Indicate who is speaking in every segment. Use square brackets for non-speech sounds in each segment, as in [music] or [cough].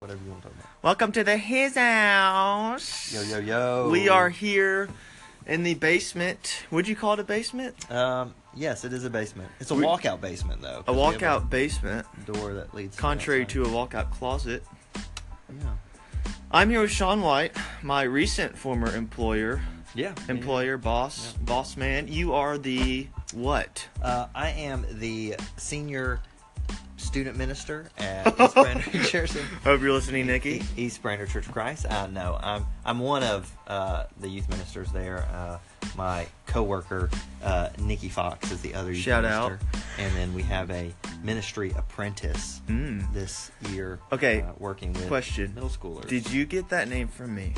Speaker 1: whatever you want to talk about.
Speaker 2: Welcome to the His House.
Speaker 1: Yo, yo, yo.
Speaker 2: We are here in the basement. Would you call it a basement?
Speaker 1: Um, yes, it is a basement. It's a
Speaker 2: We-
Speaker 1: walkout basement, though.
Speaker 2: A
Speaker 1: 'cause we have
Speaker 2: walkout basement,
Speaker 1: door that leads.
Speaker 2: contrary to a
Speaker 1: outside.
Speaker 2: walkout closet.
Speaker 1: Yeah.
Speaker 2: I'm here with Sean White, my recent former employer,
Speaker 1: Yeah.
Speaker 2: employer, boss, boss man. You are the what?
Speaker 1: Uh, I am the senior student minister
Speaker 2: [laughs]
Speaker 1: at East Brainerd [laughs] Church.
Speaker 2: Hope you're listening, Nikki.
Speaker 1: East Brainerd Church of Christ. Uh, no, I'm I'm one of uh, the youth ministers there. Uh, my coworker uh, Nikki Fox is the other youth
Speaker 2: Shout out.
Speaker 1: minister, and then we have a ministry apprentice
Speaker 2: Mm.
Speaker 1: this year.
Speaker 2: Okay,
Speaker 1: uh, working with
Speaker 2: question.
Speaker 1: middle schoolers.
Speaker 2: Did you get that name from me?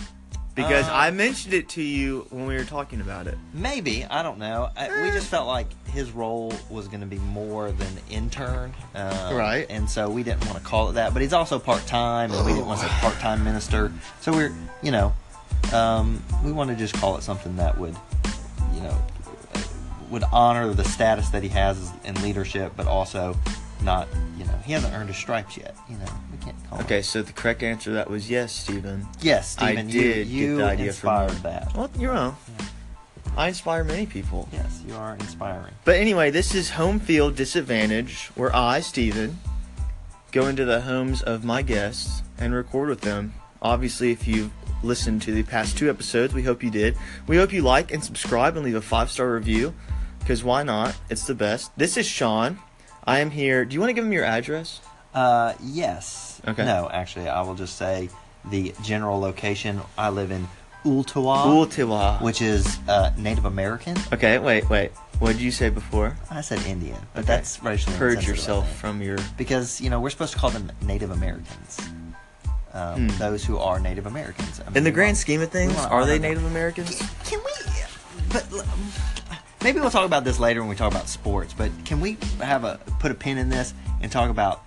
Speaker 2: Because
Speaker 1: Uh,
Speaker 2: I mentioned it to you when we were talking about it.
Speaker 1: Maybe I don't know. I, we just felt like his role was going to be more than intern, um,
Speaker 2: Right.
Speaker 1: And so we didn't want to call it that. But he's also part time, and we didn't want to say part time minister. So we're, you know, um, we want to just call it something that would, you know, would honor the status that he has in leadership, but also not, you know, he hasn't earned his stripes yet. You know, we can't call.
Speaker 2: Okay,
Speaker 1: It.
Speaker 2: so the correct answer to that was yes, Stephen.
Speaker 1: Yes, Stephen,
Speaker 2: I
Speaker 1: you,
Speaker 2: did
Speaker 1: you
Speaker 2: get the idea
Speaker 1: inspired
Speaker 2: from
Speaker 1: that.
Speaker 2: Well, you're wrong. I inspire many people.
Speaker 1: Yes, you are inspiring.
Speaker 2: But anyway, this is home field disadvantage, where I, Steven, go into the homes of my guests and record with them. Obviously, if you've listened to the past two episodes, we hope you did. We hope you like and subscribe and leave a five star review, because why not? It's the best. This is Sean. I am here. Do you want to give him your address?
Speaker 1: Uh, yes.
Speaker 2: Okay.
Speaker 1: No, actually, I will just say the general location. I live in Ultua,
Speaker 2: Ultiwa.
Speaker 1: Uh, which is uh, Native American.
Speaker 2: Okay, wait, wait. What did you say before?
Speaker 1: I said Indian, but
Speaker 2: Okay.
Speaker 1: that's racially
Speaker 2: Purge
Speaker 1: insensitive, I
Speaker 2: yourself
Speaker 1: think.
Speaker 2: from your.
Speaker 1: because you know we're supposed to call them Native Americans. Um,
Speaker 2: Hmm.
Speaker 1: Those who are Native Americans. I mean,
Speaker 2: In the
Speaker 1: we
Speaker 2: grand
Speaker 1: want-
Speaker 2: scheme of
Speaker 1: we
Speaker 2: things,
Speaker 1: wanna
Speaker 2: are they
Speaker 1: honor them.
Speaker 2: Native Americans?
Speaker 1: Can we? But um, maybe we'll talk about this later when we talk about sports. But can we have a put a pin in this and talk about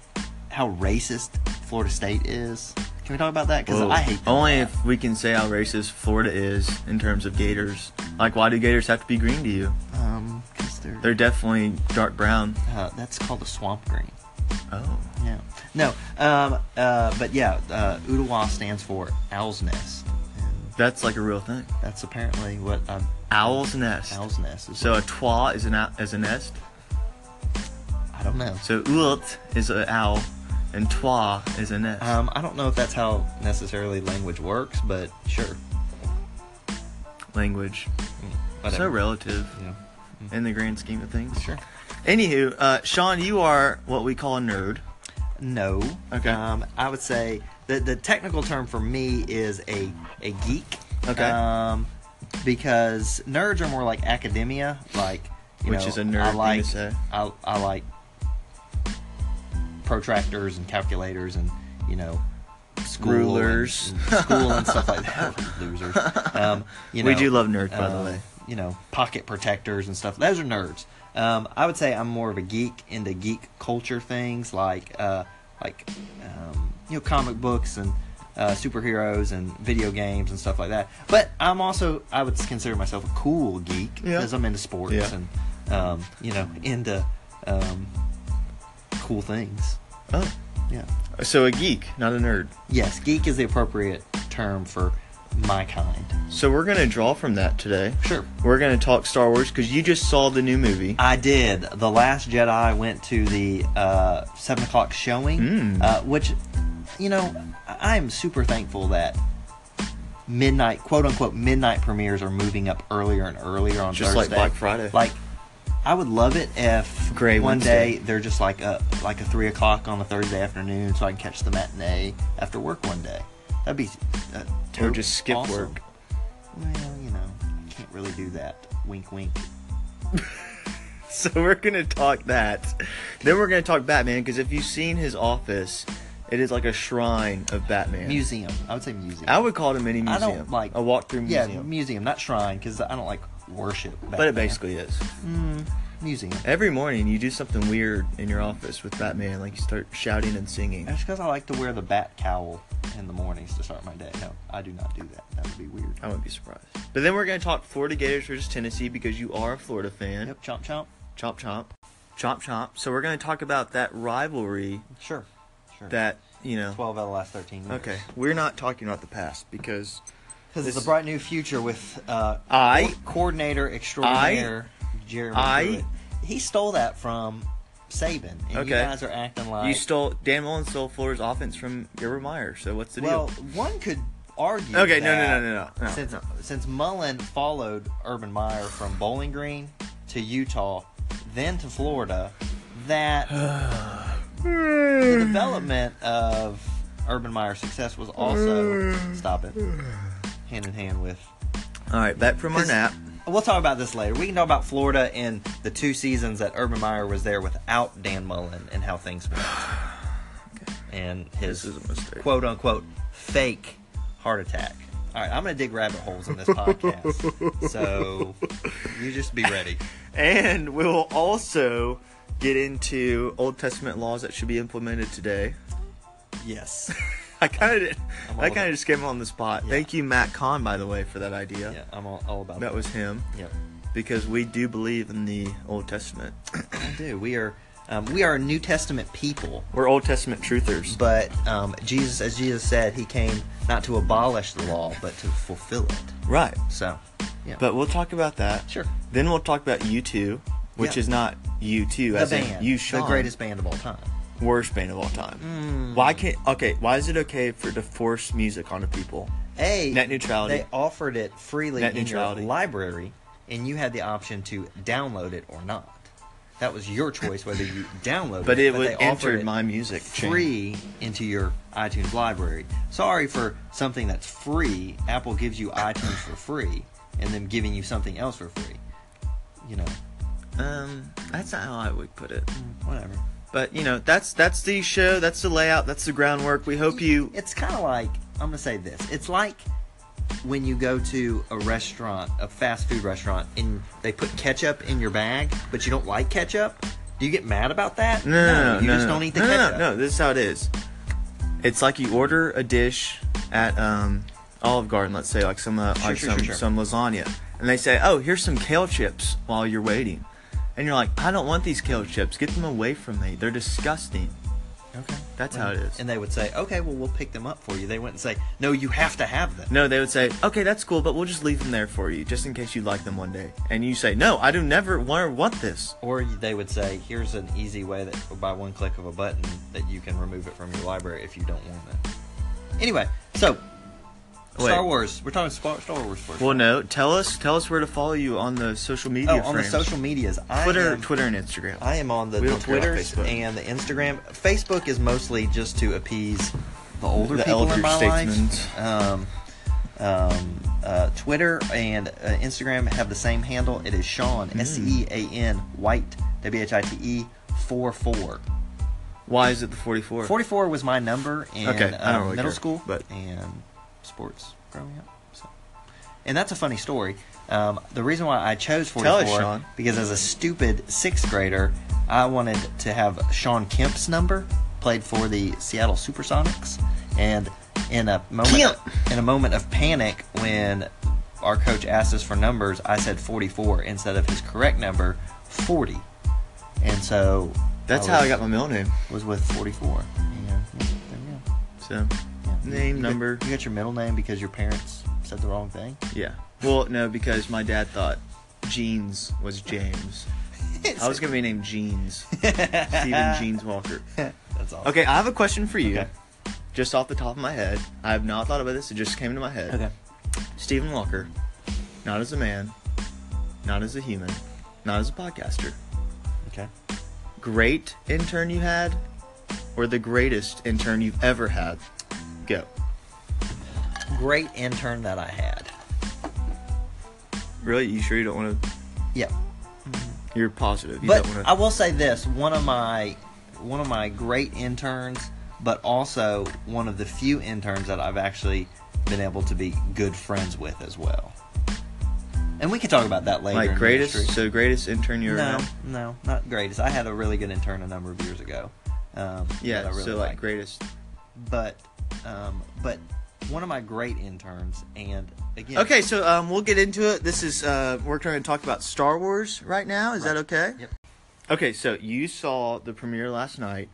Speaker 1: how racist Florida State is? Can we talk about that? Because
Speaker 2: Whoa.
Speaker 1: I hate them.
Speaker 2: Only if we can say how racist Florida is in terms of Gators. Like, why do Gators have to be green to you?
Speaker 1: um because they're,
Speaker 2: They're definitely dark brown.
Speaker 1: uh, that's called a swamp green.
Speaker 2: Oh.
Speaker 1: Yeah. No. Um. Uh. But yeah. Uh. Ottawa stands for owl's nest. And
Speaker 2: That's like a real thing.
Speaker 1: that's apparently what um,
Speaker 2: Owl's nest.
Speaker 1: owl's nest is.
Speaker 2: So a twa is an ou- is a nest.
Speaker 1: I don't know.
Speaker 2: So ult is an owl, and twa is a nest.
Speaker 1: Um. I don't know if that's how necessarily language works, but sure.
Speaker 2: Language.
Speaker 1: Mm,
Speaker 2: So
Speaker 1: whatever.
Speaker 2: relative
Speaker 1: Yeah. Mm.
Speaker 2: in the grand scheme of things.
Speaker 1: Sure.
Speaker 2: Anywho, uh, Sean, you are what we call a nerd.
Speaker 1: No.
Speaker 2: Okay.
Speaker 1: Um, I would say the the technical term for me is a a geek.
Speaker 2: Okay.
Speaker 1: Um, because nerds are more like academia, like you
Speaker 2: Which
Speaker 1: know,
Speaker 2: is a nerd
Speaker 1: I
Speaker 2: thing to
Speaker 1: like,
Speaker 2: say.
Speaker 1: I I like protractors and calculators and you know. School and-
Speaker 2: Rulers.
Speaker 1: and school and stuff
Speaker 2: [laughs]
Speaker 1: like that. Losers. Um, you know,
Speaker 2: We do love nerds, by the
Speaker 1: um,
Speaker 2: way.
Speaker 1: You know, pocket protectors and stuff. Those are nerds. Um, I would say I'm more of a geek into geek culture things like uh, like um, you know comic books and uh, superheroes and video games and stuff like that. But I'm also I would consider myself a cool geek
Speaker 2: Yeah.
Speaker 1: because I'm into sports
Speaker 2: Yeah.
Speaker 1: and um, you know into um, cool things.
Speaker 2: Oh.
Speaker 1: Yeah.
Speaker 2: So a geek, not a nerd.
Speaker 1: Yes, geek is the appropriate term for my kind.
Speaker 2: So we're gonna draw from that today.
Speaker 1: Sure.
Speaker 2: We're gonna talk Star Wars because you just saw the new movie.
Speaker 1: I did. The Last Jedi went to the uh, seven o'clock showing,
Speaker 2: Mm.
Speaker 1: uh, which, you know, I am super thankful that midnight, quote unquote, midnight premieres are moving up earlier and earlier on
Speaker 2: Just like
Speaker 1: Thursday.
Speaker 2: Black Friday.
Speaker 1: Like, I would love it if
Speaker 2: Gray
Speaker 1: one
Speaker 2: Wednesday.
Speaker 1: day they're just like a like a three o'clock on a Thursday afternoon, so I can catch the matinee after work one day. That'd be uh,
Speaker 2: Or just skip
Speaker 1: awesome.
Speaker 2: work.
Speaker 1: Well, you know, I can't really do that. Wink, wink.
Speaker 2: [laughs] So we're gonna talk that. Then we're gonna talk Batman because if you've seen his office, it is like a shrine of Batman.
Speaker 1: Museum. I would say museum.
Speaker 2: I would call it a mini
Speaker 1: I
Speaker 2: museum.
Speaker 1: don't like
Speaker 2: a walkthrough
Speaker 1: Yeah,
Speaker 2: museum.
Speaker 1: museum, not shrine, because I don't like worship. Back Mm,
Speaker 2: but it basically is.
Speaker 1: museum.
Speaker 2: Every morning you do something weird in your office with Batman, like you start shouting and singing.
Speaker 1: That's because I like to wear the bat cowl in the mornings to start my day. No, I do not do that. That would be weird.
Speaker 2: I wouldn't be surprised. But then we're gonna talk Florida Gators versus Tennessee because you are a Florida fan.
Speaker 1: Yep, chomp chomp.
Speaker 2: Chomp chomp. Chomp chomp. So we're gonna talk about that rivalry
Speaker 1: Sure, sure.
Speaker 2: that you know.
Speaker 1: 12 out of the last 13 years.
Speaker 2: Okay, we're not talking about the past because
Speaker 1: Because it's a
Speaker 2: This-
Speaker 1: bright new future with uh,
Speaker 2: I-
Speaker 1: co- coordinator extraordinaire Jeremy.
Speaker 2: I-
Speaker 1: Pruitt. he stole that from Saban, and
Speaker 2: Okay.
Speaker 1: you guys are acting like
Speaker 2: you stole Dan Mullen stole Florida's offense from Gerber Meyer. So what's the
Speaker 1: Well,
Speaker 2: deal?
Speaker 1: one could argue.
Speaker 2: Okay, no, no,
Speaker 1: that
Speaker 2: no, no, no, no,
Speaker 1: Since
Speaker 2: no.
Speaker 1: since Mullen followed Urban Meyer from Bowling Green to Utah, then to Florida,
Speaker 2: [sighs]
Speaker 1: that the development of Urban Meyer's success was
Speaker 2: [sighs]
Speaker 1: also stop it hand in hand with.
Speaker 2: All right, back from our
Speaker 1: 'Cause
Speaker 2: nap.
Speaker 1: We'll talk about this later. We can talk about Florida and the two seasons that Urban Meyer was there without Dan Mullen and how things
Speaker 2: [sighs]
Speaker 1: went. And his
Speaker 2: This is a mistake.
Speaker 1: quote unquote fake heart attack. All right, I'm going to dig rabbit holes
Speaker 2: [laughs]
Speaker 1: in this podcast. so you just be ready.
Speaker 2: And we'll also get into Old Testament laws that should be implemented today. [laughs]
Speaker 1: Yes.
Speaker 2: I kind of,
Speaker 1: I'm all
Speaker 2: I kind
Speaker 1: about-
Speaker 2: of just came on the spot.
Speaker 1: Yeah.
Speaker 2: Thank you, Matt Kahn, by the way, for that idea.
Speaker 1: Yeah, I'm all, all about
Speaker 2: That was him
Speaker 1: Yep.
Speaker 2: because we do believe in the Old Testament.
Speaker 1: I do. We are um, we are a New Testament people,
Speaker 2: We're Old Testament truthers.
Speaker 1: but um, Jesus, as Jesus said, he came not to abolish the law, but to fulfill it.
Speaker 2: Right.
Speaker 1: So, yeah.
Speaker 2: But we'll talk about that.
Speaker 1: Sure.
Speaker 2: Then we'll talk about U2, which
Speaker 1: Yeah.
Speaker 2: is not U2
Speaker 1: the
Speaker 2: as
Speaker 1: band,
Speaker 2: in you Sean,
Speaker 1: the greatest band of all time.
Speaker 2: worst band of all time. Why can't okay? Why is it okay for to force music onto people?
Speaker 1: A
Speaker 2: Net neutrality.
Speaker 1: They offered it freely
Speaker 2: Net
Speaker 1: in your
Speaker 2: neutrality.
Speaker 1: library, and you had the option to download it or not. That was your choice whether
Speaker 2: [coughs]
Speaker 1: you downloaded
Speaker 2: But
Speaker 1: it.
Speaker 2: it was
Speaker 1: they offered
Speaker 2: entered
Speaker 1: it
Speaker 2: my music chain.
Speaker 1: free into your iTunes library. Sorry for something that's free. Apple gives you iTunes for free, and then giving you something else for free. You know,
Speaker 2: Um, that's not how I would put it.
Speaker 1: whatever.
Speaker 2: But you know, that's that's the show. That's the layout. That's the groundwork. We hope you.
Speaker 1: It's kind of like I'm gonna say this. It's like when you go to a restaurant, a fast food restaurant, and they put ketchup in your bag, but you don't like ketchup. Do you get mad about that?
Speaker 2: No, no, no,
Speaker 1: you
Speaker 2: no,
Speaker 1: just
Speaker 2: no.
Speaker 1: don't eat the
Speaker 2: no, no,
Speaker 1: ketchup.
Speaker 2: No, no, this is how it is. It's like you order a dish at um, Olive Garden, let's say, like some uh,
Speaker 1: Sure,
Speaker 2: like
Speaker 1: sure,
Speaker 2: some,
Speaker 1: sure, sure.
Speaker 2: some lasagna, and they say, "Oh, here's some kale chips while you're waiting," and you're like, "I don't want these kale chips. Get them away from me. They're disgusting."
Speaker 1: Okay,
Speaker 2: That's how it is.
Speaker 1: And they would say, "Okay, well, we'll pick them up for you." They wouldn't say, "No, you have to have them."
Speaker 2: No, they would say, "Okay, that's cool, but we'll just leave them there for you, just in case you like them one day." And you say, "No, I do never want want this."
Speaker 1: Or they would say, "Here's an easy way that by one click of a button that you can remove it from your library if you don't want it." Anyway, so Star
Speaker 2: Wait.
Speaker 1: Wars. We're talking Star Star Wars first.
Speaker 2: Well, no. Tell us, tell us where to follow you on the social media.
Speaker 1: oh, on the
Speaker 2: frames.
Speaker 1: social medias, I
Speaker 2: Twitter,
Speaker 1: am-
Speaker 2: Twitter, and Instagram.
Speaker 1: I am on the,
Speaker 2: We
Speaker 1: the
Speaker 2: don't care about
Speaker 1: Twitters
Speaker 2: Facebook.
Speaker 1: and the Instagram. Facebook is mostly just to appease the older
Speaker 2: The
Speaker 1: people
Speaker 2: elder
Speaker 1: in my life.
Speaker 2: statesmen.
Speaker 1: Um, um, uh, Twitter and uh, Instagram have the same handle. It is Sean S E A N White W H I T E four four.
Speaker 2: Why is it the 44?
Speaker 1: Forty four was my number in
Speaker 2: Okay, I don't
Speaker 1: um,
Speaker 2: really
Speaker 1: middle
Speaker 2: care,
Speaker 1: school
Speaker 2: but-
Speaker 1: and sports growing up. So, and that's a funny story. Um, the reason why I chose forty
Speaker 2: Tell us,
Speaker 1: four
Speaker 2: Sean.
Speaker 1: because as a stupid sixth grader, I wanted to have Sean Kemp's number played for the Seattle Supersonics, and in a moment
Speaker 2: Kemp.
Speaker 1: in a moment of panic when our coach asked us for numbers, I said forty four instead of his correct number forty, and so
Speaker 2: That's how I
Speaker 1: was-
Speaker 2: got my middle name.
Speaker 1: was with 44. And yeah, there we go.
Speaker 2: So,
Speaker 1: Yeah.
Speaker 2: Name,
Speaker 1: you
Speaker 2: number.
Speaker 1: Got, you got your middle name because your parents said the wrong thing.
Speaker 2: yeah. Well, no, because my dad thought Jeans was James. I was going to be
Speaker 1: [laughs]
Speaker 2: named Jeans. Stephen Jeans Walker.
Speaker 1: That's awesome.
Speaker 2: Okay, I have a question for you.
Speaker 1: Okay.
Speaker 2: Just off the top of my head. I have not thought about this. It just came to my head.
Speaker 1: Okay.
Speaker 2: Stephen Walker, not as a man, not as a human, not as a podcaster.
Speaker 1: Okay.
Speaker 2: Great intern you had, or the greatest intern you've ever had? Go.
Speaker 1: Great intern that I had.
Speaker 2: Really? You sure you don't want to?
Speaker 1: Yeah.
Speaker 2: You're positive. You
Speaker 1: but
Speaker 2: don't want
Speaker 1: I will say this: one of my one of my great interns, but also one of the few interns that I've actually been able to be good friends with as well. And we can talk about that later.
Speaker 2: Like
Speaker 1: in
Speaker 2: greatest,
Speaker 1: ministry.
Speaker 2: so greatest intern you ever
Speaker 1: No,
Speaker 2: had?
Speaker 1: no, not greatest. I had a really good intern a number of years ago. Um,
Speaker 2: Yeah.
Speaker 1: that I really
Speaker 2: so like
Speaker 1: liked.
Speaker 2: greatest.
Speaker 1: But, um, but one of my great interns, and again,
Speaker 2: Okay, so um, we'll get into it. This is uh, we're going to talk about Star Wars right now. Is that
Speaker 1: Right.
Speaker 2: okay?
Speaker 1: Yep.
Speaker 2: Okay, so you saw the premiere last night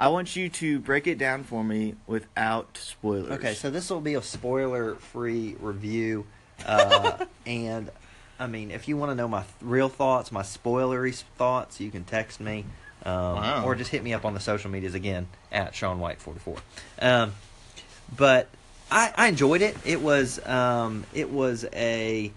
Speaker 2: I want you to break it down for me without spoilers.
Speaker 1: Okay, so this will be a spoiler-free review,
Speaker 2: [laughs]
Speaker 1: uh, and I mean, if you want to know my th- real thoughts, my spoilery s- thoughts, you can text me, um,
Speaker 2: Wow.
Speaker 1: or just hit me up on the social medias again at Sean White forty four. Um, but I, I enjoyed it. It was um, it was a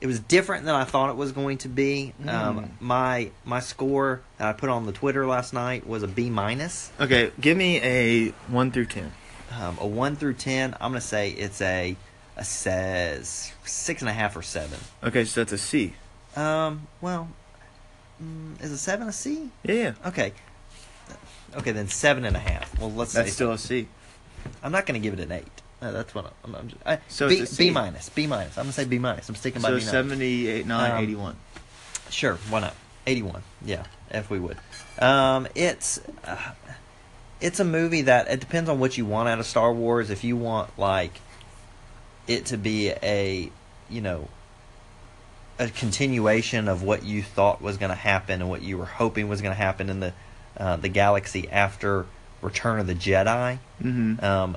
Speaker 1: it was different than I thought it was going to be. Um,
Speaker 2: Hmm.
Speaker 1: my my score that I put on the Twitter last night was a B minus.
Speaker 2: Okay, give me a one through ten.
Speaker 1: Um, a one through ten, I'm gonna say it's a a says six and a half or seven.
Speaker 2: Okay, so that's a C.
Speaker 1: Um, well, mm, is a seven a C?
Speaker 2: Yeah, yeah.
Speaker 1: Okay, okay, then seven and a half. Well, let's
Speaker 2: That's
Speaker 1: say
Speaker 2: still a C.
Speaker 1: I'm not gonna give it an eight. No, that's what I'm. I'm just, I,
Speaker 2: So
Speaker 1: B,
Speaker 2: it's a
Speaker 1: B
Speaker 2: C.
Speaker 1: minus, B minus. I'm gonna say B minus. I'm sticking by
Speaker 2: So
Speaker 1: B minus.
Speaker 2: 78,
Speaker 1: Um,
Speaker 2: 9, 81.
Speaker 1: Sure, why not? 81. Yeah, if we would. Um, it's uh, it's a movie that it depends on what you want out of Star Wars. If you want like it to be a, you know, a continuation of what you thought was going to happen and what you were hoping was going to happen in the uh, the galaxy after Return of the Jedi.
Speaker 2: Mm-hmm.
Speaker 1: Um,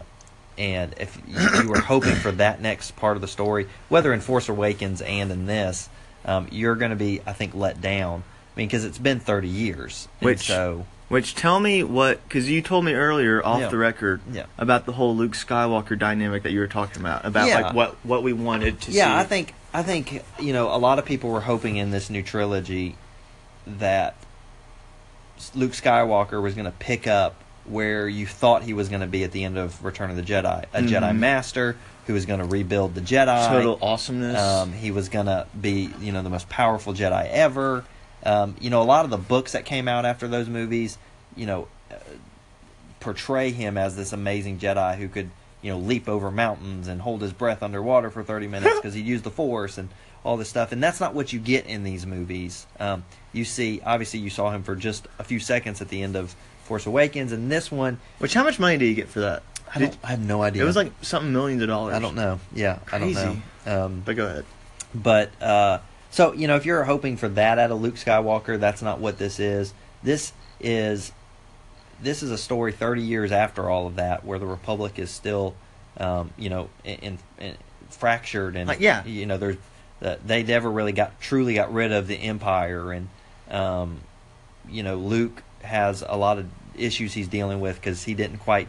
Speaker 1: and if you, you were hoping for that next part of the story, whether in Force Awakens and in this, um, you're going to be, I think, let down. I mean, because it's been 30 years. and
Speaker 2: Which-
Speaker 1: so,
Speaker 2: Which tell me what, because you told me earlier off
Speaker 1: Yeah.
Speaker 2: the record
Speaker 1: Yeah.
Speaker 2: about the whole Luke Skywalker dynamic that you were talking about, about
Speaker 1: Yeah.
Speaker 2: like what what we wanted to see.
Speaker 1: yeah, I think I think you know a lot of people were hoping in this new trilogy that Luke Skywalker was going to pick up where you thought he was going to be at the end of Return of the Jedi, a Jedi
Speaker 2: Mhm.
Speaker 1: master who was going to rebuild the Jedi,
Speaker 2: total awesomeness.
Speaker 1: Uh, Um, he was gonna be, you know, the most powerful Jedi ever. Um, you know, a lot of the books that came out after those movies, you know, uh, portray him as this amazing Jedi who could, you know, leap over mountains and hold his breath underwater for thirty minutes because he used the Force and all this stuff. And that's not what you get in these movies. Um, you see, obviously, you saw him for just a few seconds at the end of Force Awakens, and this one,
Speaker 2: Which how much money did you get for that?
Speaker 1: I,
Speaker 2: Did-
Speaker 1: don't, I have no idea.
Speaker 2: It was like something millions of dollars.
Speaker 1: I don't know. Yeah, I don't
Speaker 2: Crazy.
Speaker 1: know. Um,
Speaker 2: But go ahead.
Speaker 1: but uh, so you know, if you're hoping for that out of Luke Skywalker, that's not what this is. This is this is a story 30 years after all of that, where the Republic is still, um, you know, in, in, in- fractured and
Speaker 2: Uh, yeah.
Speaker 1: you know, there's uh, they never really got truly got rid of the Empire, and um, you know, Luke has a lot of issues he's dealing with because he didn't quite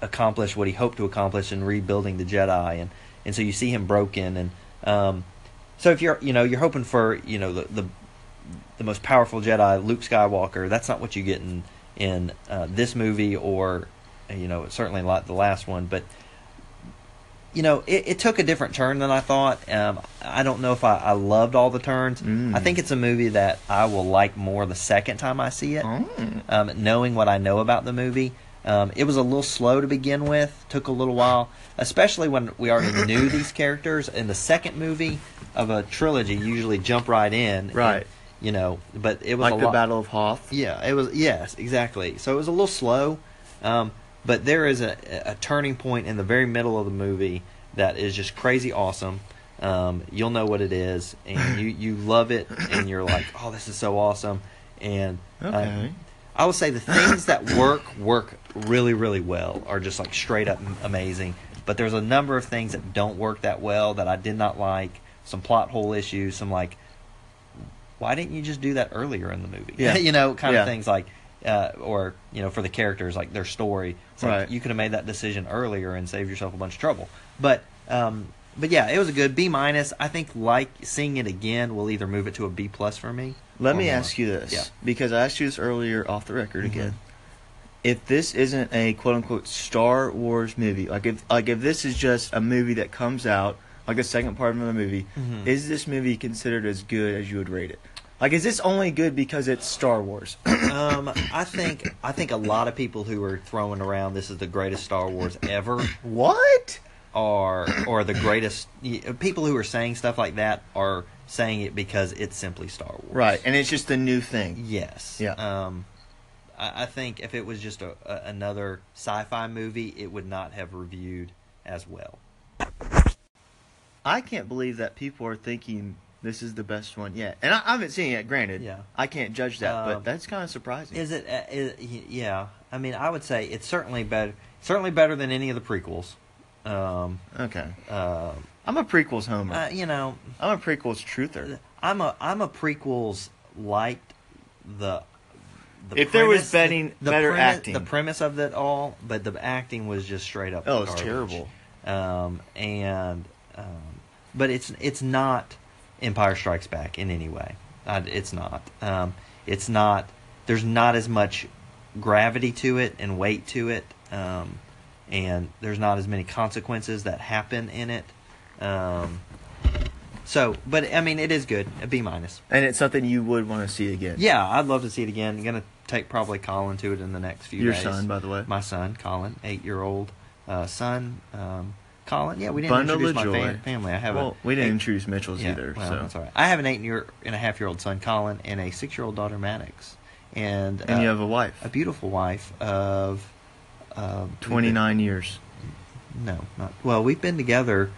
Speaker 1: accomplish what he hoped to accomplish in rebuilding the Jedi, and and so you see him broken, and um, so if you're you know you're hoping for you know the the, the most powerful Jedi, Luke Skywalker, that's not what you get in in uh, this movie or you know certainly not the last one, but you know, it, it took a different turn than I thought. Um, I don't know if I, I loved all the turns.
Speaker 2: Mm.
Speaker 1: I think it's a movie that I will like more the second time I see it,
Speaker 2: Mm.
Speaker 1: um, knowing what I know about the movie. Um, it was a little slow to begin with, took a little while, especially when we
Speaker 2: [coughs]
Speaker 1: already knew these characters. In the second movie of a trilogy, you usually jump right in. and,
Speaker 2: Right.
Speaker 1: you know, but it was
Speaker 2: Like
Speaker 1: a
Speaker 2: the
Speaker 1: lot-
Speaker 2: Battle of Hoth.
Speaker 1: yeah, it was. Yes, exactly. So it was a little slow, um, but there is a, a turning point in the very middle of the movie that is just crazy awesome. Um, you'll know what it is, and you you love it, and you're like, oh, this is so awesome. And um,
Speaker 2: Okay.
Speaker 1: I would say the things that work work really really well, are just like straight up m- amazing. But there's a number of things that don't work that well that I did not like. Some plot hole issues, some like why didn't you just do that earlier in the movie?
Speaker 2: Yeah.
Speaker 1: [laughs] you know, kind of
Speaker 2: Yeah.
Speaker 1: things like, uh, or you know, for the characters, like their story. It's like,
Speaker 2: Right.
Speaker 1: You could have made that decision earlier and saved yourself a bunch of trouble. But, um, but yeah, it was a good B minus. I think like seeing it again will either move it to a B plus for me.
Speaker 2: Let
Speaker 1: or
Speaker 2: me
Speaker 1: more.
Speaker 2: ask you this,
Speaker 1: Yeah.
Speaker 2: because I asked you this earlier off the record
Speaker 1: Mhm.
Speaker 2: again. If this isn't a quote unquote Star Wars movie, like if like if this is just a movie that comes out, like the second part of a movie,
Speaker 1: Mhm.
Speaker 2: is this movie considered as good as you would rate it? Like is this only good because it's Star Wars? [clears throat]
Speaker 1: um, I think I think a lot of people who are throwing around this is the greatest Star Wars ever.
Speaker 2: what?
Speaker 1: are or the greatest y- people who are saying stuff like that are saying it because it's simply Star Wars.
Speaker 2: Right, and it's just the new thing.
Speaker 1: Yes.
Speaker 2: Yeah.
Speaker 1: Um, I, I think if it was just a, a, another sci-fi movie, it would not have reviewed as well.
Speaker 2: I can't believe that people are thinking this is the best one yet. And I, I haven't seen it yet, granted.
Speaker 1: Yeah.
Speaker 2: I can't judge that,
Speaker 1: Um,
Speaker 2: but that's kind of surprising.
Speaker 1: Is it? Uh, is, y- yeah. I mean, I would say it's certainly better, certainly better than any of the prequels. Um,
Speaker 2: Okay.
Speaker 1: uh,
Speaker 2: I'm a prequels homer.
Speaker 1: uh, you know,
Speaker 2: I'm a prequels truther.
Speaker 1: I'm a I'm a prequels liked the. the
Speaker 2: If there was
Speaker 1: the-
Speaker 2: betting- better
Speaker 1: premi-
Speaker 2: acting.
Speaker 1: the premise of it all, but the acting was just straight up.
Speaker 2: Oh, it's
Speaker 1: garbage.
Speaker 2: terrible.
Speaker 1: Um, and um, but it's it's not Empire Strikes Back in any way. I, it's not. Um, it's not. There's not as much gravity to it and weight to it, um, and there's not as many consequences that happen in it. Um, so, but I mean, it is good. A B minus.
Speaker 2: And it's something you would want to see again.
Speaker 1: Yeah, I'd love to see it again. I'm gonna take probably Colin to it in the next few
Speaker 2: Your
Speaker 1: days.
Speaker 2: son, by the way.
Speaker 1: My son, Colin, eight-year-old uh, son, um, Colin. Yeah, we didn't
Speaker 2: Bundle
Speaker 1: introduce
Speaker 2: of
Speaker 1: my fam-
Speaker 2: joy.
Speaker 1: family. I have
Speaker 2: Well,
Speaker 1: a
Speaker 2: we didn't
Speaker 1: eight-
Speaker 2: introduce Mitchell's
Speaker 1: yeah,
Speaker 2: either.
Speaker 1: Well,
Speaker 2: so
Speaker 1: that's all right. I have an eight-year and a half-year-old son, Colin, and a six-year-old daughter, Maddox, and
Speaker 2: And you
Speaker 1: uh,
Speaker 2: have a wife.
Speaker 1: a beautiful wife of uh,
Speaker 2: Twenty-nine years.
Speaker 1: No, not well. We've been together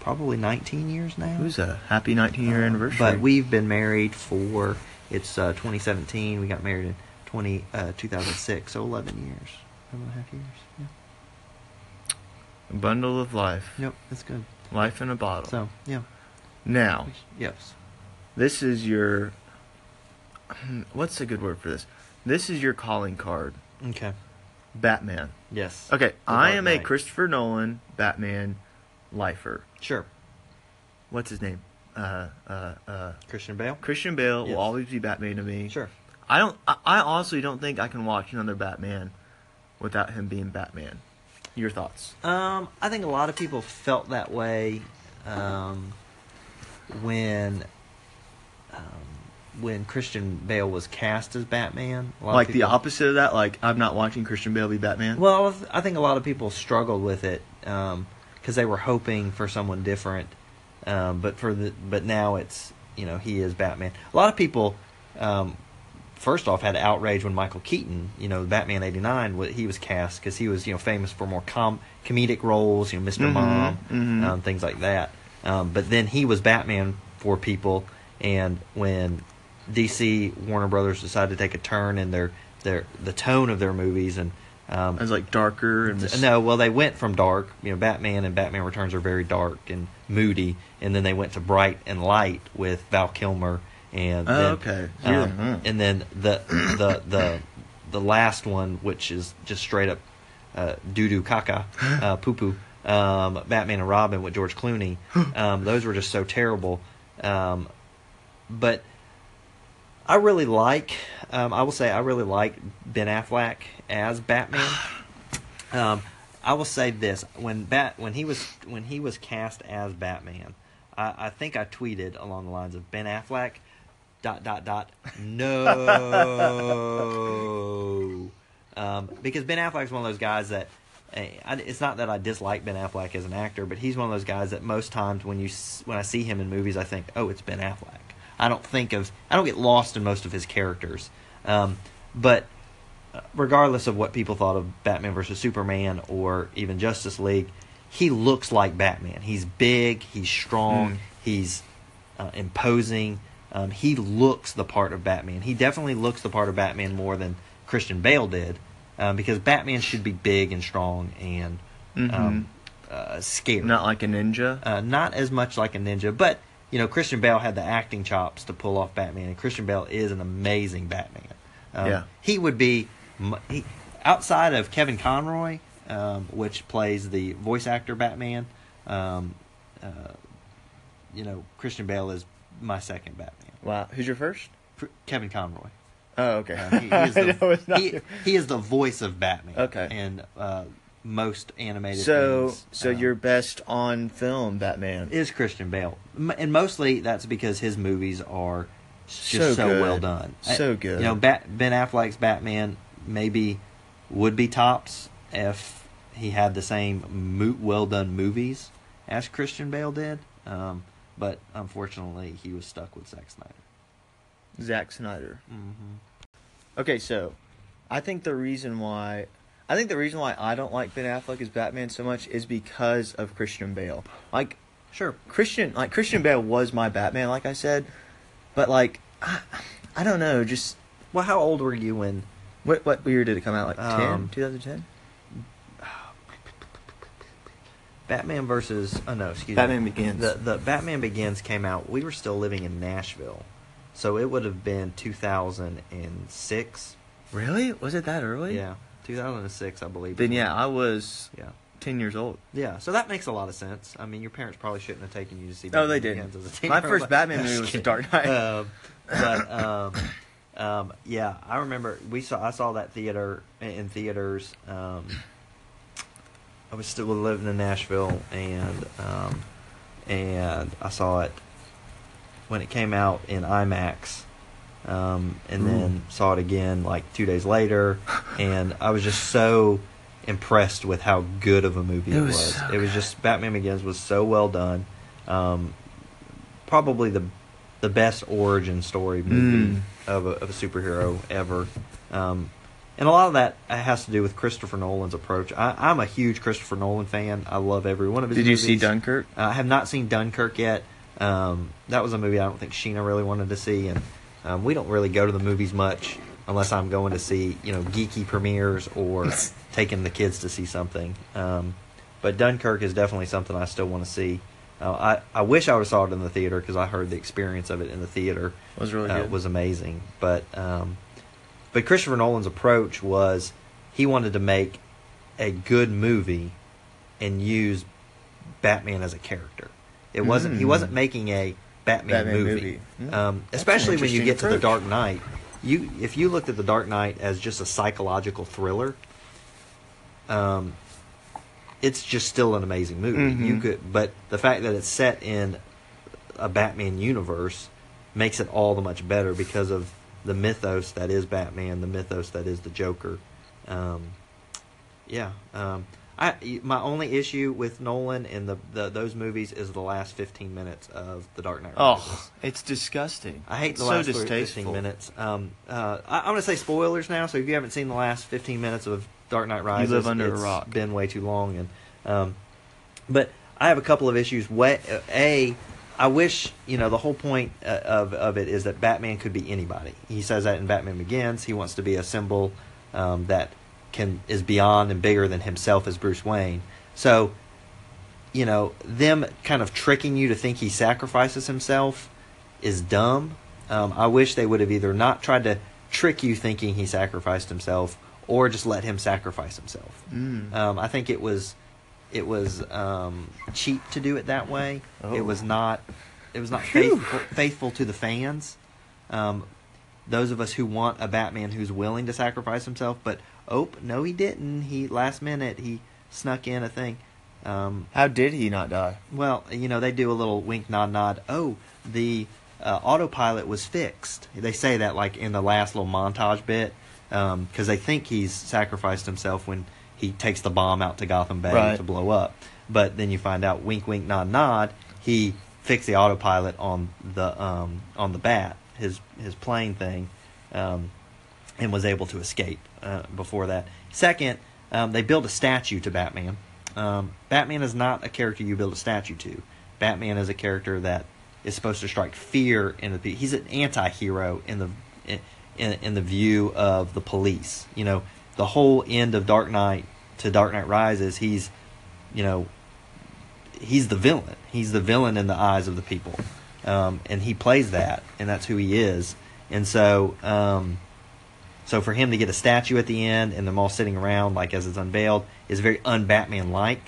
Speaker 1: probably 19 years now.
Speaker 2: It was a happy nineteen-year
Speaker 1: Uh,
Speaker 2: anniversary.
Speaker 1: But we've been married for it's uh, 2017. We got married in 20 uh, 2006, so 11 years, 11 and a half years. Yeah.
Speaker 2: a bundle of life.
Speaker 1: Yep, that's good.
Speaker 2: Life in a bottle.
Speaker 1: So yeah,
Speaker 2: now,
Speaker 1: we sh- yes,
Speaker 2: this is your. [clears throat] What's a good word for this? This is your calling card,
Speaker 1: okay,
Speaker 2: Batman.
Speaker 1: yes.
Speaker 2: Okay,
Speaker 1: The
Speaker 2: I
Speaker 1: Dark
Speaker 2: am a
Speaker 1: Knight.
Speaker 2: Christopher Nolan Batman lifer.
Speaker 1: Sure,
Speaker 2: What's his name? Uh, uh, uh,
Speaker 1: Christian Bale.
Speaker 2: Christian Bale
Speaker 1: Yes.
Speaker 2: will always be Batman to me.
Speaker 1: Sure,
Speaker 2: I don't. I, I honestly don't think I can watch another Batman without him being Batman. Your thoughts?
Speaker 1: Um, I think a lot of people felt that way um, when um, when Christian Bale was cast as Batman. A lot of
Speaker 2: Like the
Speaker 1: people-
Speaker 2: opposite of that. Like I'm not watching Christian Bale be Batman.
Speaker 1: Well, I th- I think a lot of people struggled with it because they were hoping for someone different, um, but for the but now it's you know he is Batman. A lot of people, um, first off, had outrage when Michael Keaton, you know, Batman '89, wh- he was cast because he was you know famous for more com- comedic roles, you know, mister
Speaker 2: Mhm,
Speaker 1: Mom,
Speaker 2: mhm.
Speaker 1: Um, things like that. Um, but then he was Batman for people, and when DC Warner Brothers decided to take a turn in their their the tone of their movies and um,
Speaker 2: As like darker and mis-
Speaker 1: no, well, they went from dark. You know, Batman and Batman Returns are very dark and moody, and then they went to bright and light with Val Kilmer. And
Speaker 2: Oh,
Speaker 1: then,
Speaker 2: okay.
Speaker 1: um,
Speaker 2: Yeah, huh.
Speaker 1: and then the the the the last one, which is just straight up uh, doo doo caca,
Speaker 2: [gasps]
Speaker 1: uh, poo poo. Um, Batman and Robin with George Clooney. Um, those were just so terrible. Um, but I really like. Um, I will say I really like Ben Affleck as
Speaker 2: [sighs]
Speaker 1: Batman. [sighs] Um, I will say this when bat when he was when he was cast as Batman, I, I think I tweeted along the lines of Ben Affleck. Dot dot dot. No, um, because Ben Affleck's one of those guys that. eh, I, it's not that I dislike Ben Affleck as an actor, but he's one of those guys that most times when you s- when I see him in movies, I think, oh, it's Ben Affleck. I don't think of I don't get lost in most of his characters. Um, but uh, regardless of what people thought of Batman versus Superman or even Justice League, he looks like Batman. He's big, he's strong,
Speaker 2: Mm.
Speaker 1: he's uh, imposing. Um, he looks the part of Batman. He definitely looks the part of Batman more than Christian Bale did, um, because Batman should be big and strong and um, uh, scary
Speaker 2: Mm-hmm. not like a ninja.
Speaker 1: uh, not as much like a ninja, but you know Christian Bale had the acting chops to pull off Batman, and Christian Bale is an amazing Batman. Um,
Speaker 2: Yeah.
Speaker 1: he would be m- he, outside of Kevin Conroy, um, which plays the voice actor Batman. Um, uh, you know Christian Bale is my second Batman.
Speaker 2: wow. Who's your first?
Speaker 1: Pr- Kevin Conroy.
Speaker 2: Oh, okay.
Speaker 1: Um, he, he
Speaker 2: [laughs]
Speaker 1: is the,
Speaker 2: No, it's not
Speaker 1: he-
Speaker 2: your-
Speaker 1: he is the voice of Batman.
Speaker 2: Okay.
Speaker 1: and uh, most animated.
Speaker 2: So,
Speaker 1: things,
Speaker 2: so
Speaker 1: um,
Speaker 2: your best on film Batman.
Speaker 1: is Christian Bale, M- and mostly that's because his movies are just
Speaker 2: So
Speaker 1: so,
Speaker 2: good.
Speaker 1: well done,
Speaker 2: So
Speaker 1: Uh,
Speaker 2: good.
Speaker 1: You know, Bat- Ben Affleck's Batman maybe would be tops if he had the same mo- well done movies as Christian Bale did, um, but unfortunately he was stuck with Zack Snyder.
Speaker 2: Zack Snyder.
Speaker 1: Mm-hmm.
Speaker 2: Okay, so I think the reason why I think the reason why I don't like Ben Affleck as Batman so much is because of Christian Bale. Like
Speaker 1: Sure.
Speaker 2: Christian, like Christian Bale was my Batman, like I said, but like I, I don't know, just
Speaker 1: Well, how old were you when
Speaker 2: What what year did it come out? Like 10?
Speaker 1: Um,
Speaker 2: 2010?
Speaker 1: Batman versus oh no, excuse
Speaker 2: Batman
Speaker 1: me.
Speaker 2: Begins.
Speaker 1: The the Batman Begins came out. We were still living in Nashville, so it would have been 2006.
Speaker 2: Really? Was it that early?
Speaker 1: Yeah, 2006, I believe.
Speaker 2: Then yeah, I was
Speaker 1: yeah,
Speaker 2: 10 years old.
Speaker 1: yeah. So that makes a lot of sense. I mean, your parents probably shouldn't have taken you to see.
Speaker 2: No, Oh, they didn't. My
Speaker 1: [laughs]
Speaker 2: first Batman
Speaker 1: I'm
Speaker 2: movie
Speaker 1: just
Speaker 2: was The
Speaker 1: kidding.
Speaker 2: Dark Knight.
Speaker 1: Um, but um, um, yeah, I remember we saw. I saw that theater in theaters. Um, I was still living in Nashville, and um, and I saw it when it came out in IMAX, um, and then saw it again like two days later, and I was just so impressed with how good of a movie it,
Speaker 2: It was so
Speaker 1: it was
Speaker 2: good.
Speaker 1: just Batman Begins was so well done, um, probably the the best origin story movie
Speaker 2: Mm.
Speaker 1: of, a, of a superhero ever. Um, and a lot of that has to do with Christopher Nolan's approach. I, I'm a huge Christopher Nolan fan. I love every one of his.
Speaker 2: Did you
Speaker 1: movies.
Speaker 2: see Dunkirk?
Speaker 1: Uh, I have not seen Dunkirk yet. Um, that was a movie I don't think Sheena really wanted to see, and um, we don't really go to the movies much unless I'm going to see you know geeky premieres or
Speaker 2: [laughs]
Speaker 1: taking the kids to see something. Um, but Dunkirk is definitely something I still want to see. Uh, I I wish I would have saw it in the theater because I heard the experience of it in the theater
Speaker 2: Was really
Speaker 1: uh,
Speaker 2: good.
Speaker 1: was amazing. But um, but Christopher Nolan's approach was he wanted to make a good movie and use Batman as a character. It wasn't he
Speaker 2: Mm.
Speaker 1: wasn't making a Batman,
Speaker 2: Batman
Speaker 1: movie.
Speaker 2: movie. Mm.
Speaker 1: Um,
Speaker 2: That's an
Speaker 1: especially when you
Speaker 2: interesting
Speaker 1: get to the
Speaker 2: approach.
Speaker 1: Dark Knight. You if you looked at the Dark Knight as just a psychological thriller, um, it's just still an amazing movie.
Speaker 2: Mhm.
Speaker 1: You could, but the fact that it's set in a Batman universe makes it all the much better because of the mythos that is Batman, the mythos that is the Joker. Um, yeah, um, I my only issue with Nolan and the, the those movies is the last fifteen minutes of the Dark Knight. Rises.
Speaker 2: Oh, it's disgusting.
Speaker 1: I hate the
Speaker 2: so
Speaker 1: last fir-
Speaker 2: distasteful.
Speaker 1: 15 minutes. Um, uh, I, I'm going to say spoilers now, so if you haven't seen the last 15 minutes of Dark Knight Rises,
Speaker 2: live under a
Speaker 1: it's
Speaker 2: rock.
Speaker 1: been way too long. And um, But I have a couple of issues. What, uh, a, I wish, you know, the whole point uh, of, of it is that Batman could be anybody. He says that in Batman Begins. He wants to be a symbol um, that can is beyond and bigger than himself as Bruce Wayne. So you know, them kind of tricking you to think he sacrifices himself is dumb. Um, I wish they would have either not tried to trick you thinking he sacrificed himself or just let him sacrifice himself.
Speaker 2: Mm.
Speaker 1: Um, I think it was it was um, cheap to do it that way.
Speaker 2: Oh.
Speaker 1: It was not it was not
Speaker 2: Phew.
Speaker 1: faithful, faithful to the fans. Um, those of us who want a Batman who's willing to sacrifice himself, but oh no, he didn't. He last minute he snuck in a thing. Um,
Speaker 2: How did he not die?
Speaker 1: well, you know, they do a little wink, nod, nod. Oh, the uh, autopilot was fixed. They say that like in the last little montage bit because they think he's sacrificed himself when he takes the bomb out to Gotham Bay
Speaker 2: Right.
Speaker 1: to blow up. But then you find out, wink, wink, nod, nod. He fixed the autopilot on the um, on the bat, his his plane thing. Um, and was able to escape uh, before that. Second, um, they built a statue to Batman. Um, Batman is not a character you build a statue to. Batman is a character that is supposed to strike fear in the people. He's an anti-hero in the in, in, in the view of the police. You know, the whole end of Dark Knight to Dark Knight Rises, he's you know he's the villain. He's the villain in the eyes of the people, um, and he plays that, and that's who he is. And so, um, so for him to get a statue at the end and them all sitting around like as it's unveiled is very un Batman like.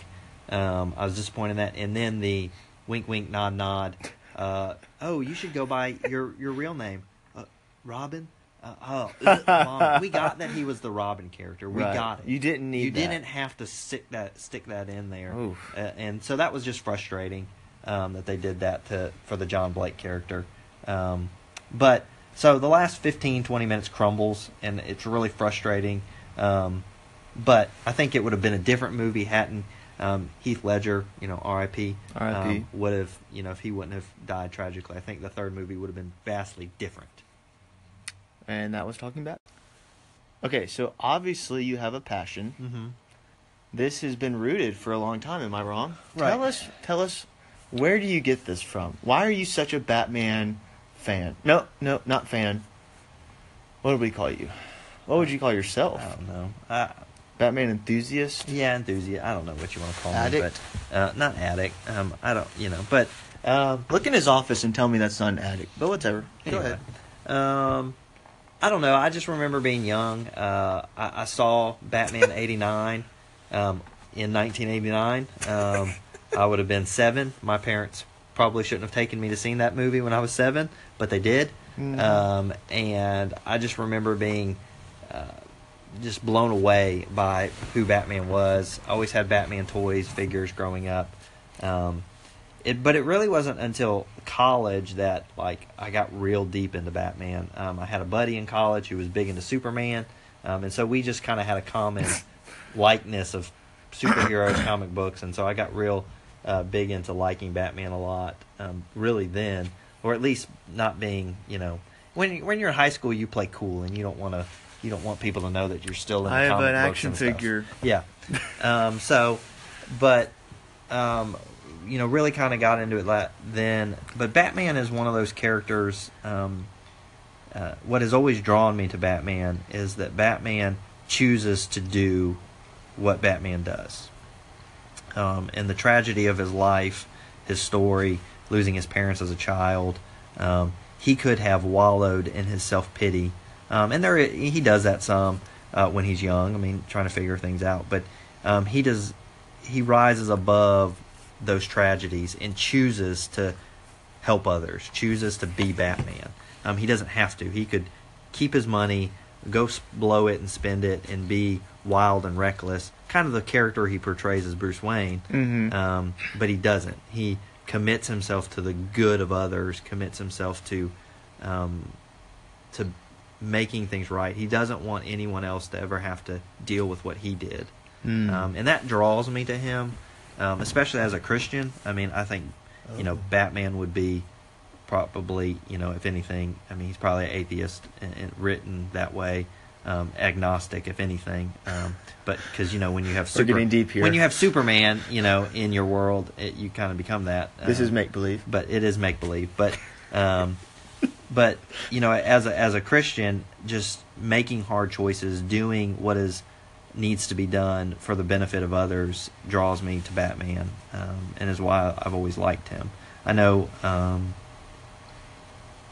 Speaker 1: Um, I was disappointed in that. And then the wink, wink, nod, nod. Uh, oh, you should go by your your real name, uh, Robin. Uh, oh, [laughs] ugh, Mom, we got that he was the Robin character. We
Speaker 2: Right.
Speaker 1: got it.
Speaker 2: You didn't need
Speaker 1: You
Speaker 2: that.
Speaker 1: didn't have to stick that stick that in there.
Speaker 2: Oof.
Speaker 1: Uh, and so that was just frustrating um, that they did that to for the John Blake character. Um, but so the last 15, 20 minutes crumbles, and it's really frustrating. Um, but I think it would have been a different movie hadn't um, Heath Ledger, you know, R.I.P.
Speaker 2: R.I.P..
Speaker 1: Um, would have, you know, if he wouldn't have died tragically, I think the third movie would have been vastly different.
Speaker 2: And that was talking about. Okay, so obviously you have a passion.
Speaker 1: Mm-hmm.
Speaker 2: This has been rooted for a long time. Am I wrong?
Speaker 1: Right.
Speaker 2: Tell us. Tell us. Where do you get this from? Why are you such a Batman fan? No, no, not fan. What do we call you? What would you call yourself?
Speaker 1: I don't know. Uh,
Speaker 2: Batman enthusiast?
Speaker 1: yeah, enthusiast. I don't know what you want to call me,
Speaker 2: Addict?
Speaker 1: but uh, not addict. Um, I don't, you know, but uh,
Speaker 2: Look in his office and tell me that's not an addict. But whatever. Go
Speaker 1: Anyway,
Speaker 2: ahead.
Speaker 1: Um, I don't know. I just remember being young. Uh, I, I saw Batman '89 um, in 1989. Um, I would have been seven. My parents probably shouldn't have taken me to see that movie when I was seven, but they did.
Speaker 2: Mhm.
Speaker 1: Um, and I just remember being uh, just blown away by who Batman was. I always had Batman toys, figures growing up. Um, it, but it really wasn't until college that like I got real deep into Batman. Um, I had a buddy in college who was big into Superman, um, and so we just kind of had a
Speaker 2: [laughs]
Speaker 1: common likeness of superheroes, comic books, and so I got real uh, big into liking Batman a lot. Um, really, then, or at least not being, you know, when you- when you're in high school, you play cool and you don't want to. You don't want people to know that you're still in.
Speaker 2: I have
Speaker 1: comic
Speaker 2: an
Speaker 1: books
Speaker 2: action
Speaker 1: and stuff.
Speaker 2: figure.
Speaker 1: Yeah. Um, so, but, um, you know, really kind of got into it la- then. But Batman is one of those characters. Um, uh, what has always drawn me to Batman is that Batman chooses to do what Batman does. Um, and the tragedy of his life, his story, losing his parents as a child, um, he could have wallowed in his self pity. Um, and there, he does that some uh, when he's young. I mean, trying to figure things out, but um, he does. He rises above those tragedies and chooses to help others, chooses to be Batman. Um, he doesn't have to. He could keep his money, go s- blow it and spend it, and be wild and reckless, kind of the character he portrays as Bruce Wayne.
Speaker 2: Mhm.
Speaker 1: Um, but he doesn't. He commits himself to the good of others, commits himself to um, to making things right. He doesn't want anyone else to ever have to deal with what he did.
Speaker 2: Mm.
Speaker 1: Um, and that draws me to him, um, especially as a Christian. I mean, I think, you know,
Speaker 2: Oh.
Speaker 1: Batman would be probably, you know, if anything, I mean, he's probably an atheist and, and written that way, um, agnostic, if anything. Um, but because, you know, when you have
Speaker 2: We're getting deep here.
Speaker 1: when you have Superman, you know, in your world, it, you kind of become that.
Speaker 2: This
Speaker 1: Um,
Speaker 2: is make believe.
Speaker 1: but it is make believe. But, um, but you know, as a, as a Christian, just making hard choices, doing what is needs to be done for the benefit of others, draws me to Batman, um, and is why I've always liked him. I know, um,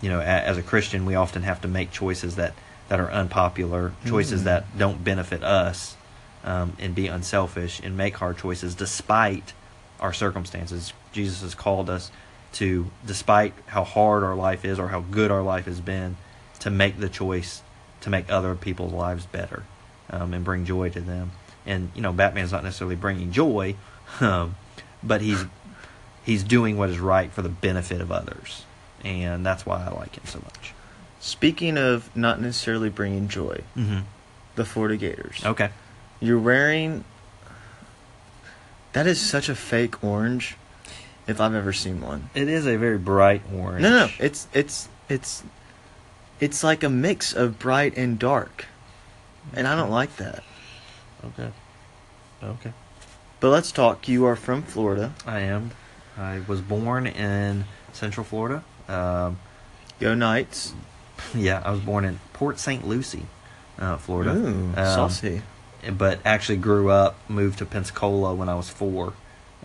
Speaker 1: you know, a, as a Christian, we often have to make choices that that are unpopular, choices
Speaker 2: Mm.
Speaker 1: that don't benefit us. Um, and be unselfish and make hard choices despite our circumstances. Jesus has called us to, despite how hard our life is or how good our life has been, to make the choice to make other people's lives better um, and bring joy to them. And you know, Batman's not necessarily bringing joy, um, but he's he's doing what is right for the benefit of others, and that's why I like him so much.
Speaker 2: Speaking of not necessarily bringing joy,
Speaker 1: Mm-hmm.
Speaker 2: the Florida Gators.
Speaker 1: Okay.
Speaker 2: You're wearing. That is such a fake orange, if I've ever seen one.
Speaker 1: It is a very bright orange.
Speaker 2: No, no, it's it's it's it's like a mix of bright and dark, and I don't
Speaker 1: Mm-hmm.
Speaker 2: like that.
Speaker 1: Okay. Okay.
Speaker 2: But let's talk. You are from Florida.
Speaker 1: I am. I was born in Central Florida. Um, [laughs]
Speaker 2: Go Knights.
Speaker 1: yeah, I was born in Port St. Lucie, uh,
Speaker 2: Ooh,
Speaker 1: Florida. Um,
Speaker 2: saucy.
Speaker 1: But actually grew up, moved to Pensacola when I was four.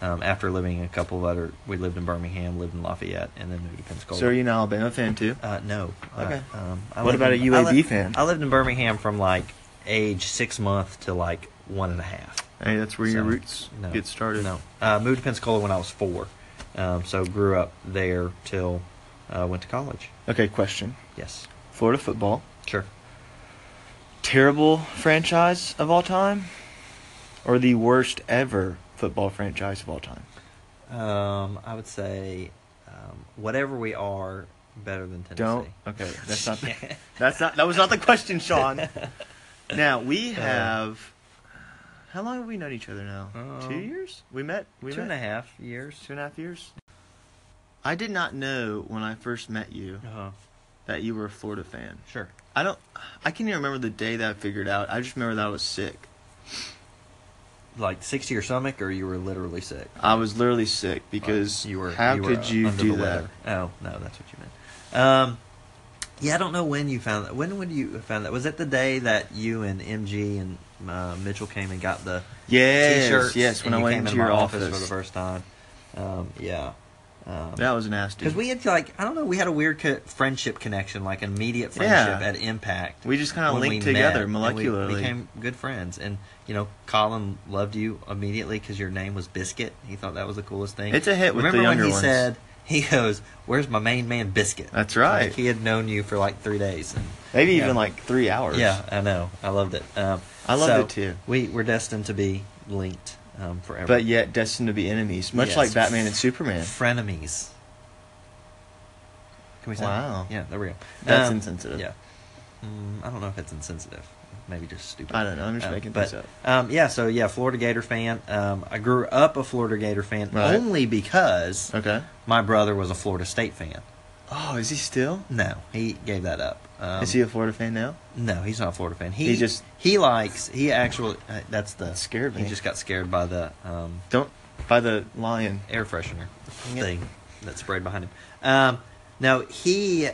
Speaker 1: Um, after living in a couple of other, we lived in Birmingham, lived in Lafayette, and then moved to Pensacola.
Speaker 2: So are you an Alabama fan too?
Speaker 1: Uh, no.
Speaker 2: Okay.
Speaker 1: Uh, um, I
Speaker 2: What
Speaker 1: lived
Speaker 2: about
Speaker 1: in-
Speaker 2: a
Speaker 1: I
Speaker 2: UAB
Speaker 1: li-
Speaker 2: fan?
Speaker 1: I lived in Birmingham from like age six month to like one and a half.
Speaker 2: Hey, that's where your
Speaker 1: So,
Speaker 2: roots
Speaker 1: no,
Speaker 2: get started.
Speaker 1: No, uh, moved to Pensacola when I was four, um, so grew up there till uh, went to college.
Speaker 2: Okay, question.
Speaker 1: Yes,
Speaker 2: Florida football.
Speaker 1: sure.
Speaker 2: terrible franchise of all time or the worst ever football franchise of all time?
Speaker 1: Um, I would say um, whatever we are, better than Tennessee.
Speaker 2: Don't. Okay, that's not
Speaker 1: [laughs]
Speaker 2: that's not that was not the question, Sean. Now, we
Speaker 1: Uh,
Speaker 2: have how long have we known each other now?
Speaker 1: Um,
Speaker 2: 2 years? We met we
Speaker 1: Two
Speaker 2: met
Speaker 1: and a half years.
Speaker 2: two and a half years. I did not know when I first met you
Speaker 1: Uh,
Speaker 2: that you were a Florida fan.
Speaker 1: sure.
Speaker 2: I don't I can't even remember the day that I figured out. I just remember that I was sick.
Speaker 1: Like sixty or stomach, or you were literally sick.
Speaker 2: I was literally sick because
Speaker 1: you were.
Speaker 2: how
Speaker 1: you were,
Speaker 2: could you
Speaker 1: under
Speaker 2: do
Speaker 1: the
Speaker 2: that?
Speaker 1: weather. Oh no, that's what you meant. Um, Yeah, I don't know when you found that. When when you found that? Was it the day that you and MG and uh, Mitchell came and got the
Speaker 2: Yes,
Speaker 1: t-shirts?
Speaker 2: yes,
Speaker 1: and
Speaker 2: when I
Speaker 1: you
Speaker 2: went
Speaker 1: came
Speaker 2: into
Speaker 1: my
Speaker 2: your
Speaker 1: for the
Speaker 2: office.
Speaker 1: first time. Um, yeah, um, because
Speaker 2: That was nasty.
Speaker 1: we had like I don't know, we had a weird co- friendship connection, like an immediate
Speaker 2: Yeah.
Speaker 1: friendship at Impact.
Speaker 2: We just kinda
Speaker 1: when
Speaker 2: linked
Speaker 1: we
Speaker 2: together
Speaker 1: met, and we
Speaker 2: molecularly.
Speaker 1: became good friends, and you know, Colin loved you immediately because your name was Biscuit. He thought that was the coolest thing.
Speaker 2: It's a hit with the
Speaker 1: Remember
Speaker 2: younger
Speaker 1: when he
Speaker 2: ones.
Speaker 1: said he goes, "Where's my main man Biscuit?"
Speaker 2: That's right.
Speaker 1: Like, he had known you for like three days. And,
Speaker 2: Maybe
Speaker 1: yeah.
Speaker 2: even like three hours.
Speaker 1: Yeah, I know. I loved it. Um,
Speaker 2: I loved
Speaker 1: so
Speaker 2: it too.
Speaker 1: We we're destined to be linked um, forever.
Speaker 2: But yet destined to be enemies, much
Speaker 1: Yes.
Speaker 2: like Batman and Superman.
Speaker 1: frenemies. Can we say? that?
Speaker 2: Wow.
Speaker 1: Yeah, there we go. Um,
Speaker 2: That's insensitive.
Speaker 1: Yeah. Mm, I don't know if it's insensitive. Maybe just stupid.
Speaker 2: I don't know. I'm just
Speaker 1: Um,
Speaker 2: making
Speaker 1: but,
Speaker 2: things up.
Speaker 1: Um, yeah. So yeah, Florida Gator fan. Um, I grew up a Florida Gator fan
Speaker 2: Right.
Speaker 1: only because
Speaker 2: Okay.
Speaker 1: my brother was a Florida State fan.
Speaker 2: Oh, is he still?
Speaker 1: No, he gave that up. Um,
Speaker 2: is he a Florida fan now?
Speaker 1: No, he's not a Florida fan. He,
Speaker 2: He just-
Speaker 1: he likes he actually uh, that's the
Speaker 2: That scared
Speaker 1: He
Speaker 2: me.
Speaker 1: just got scared by the um,
Speaker 2: Don't by the lion.
Speaker 1: air freshener
Speaker 2: Dang it.
Speaker 1: thing that sprayed behind him. Um, now he,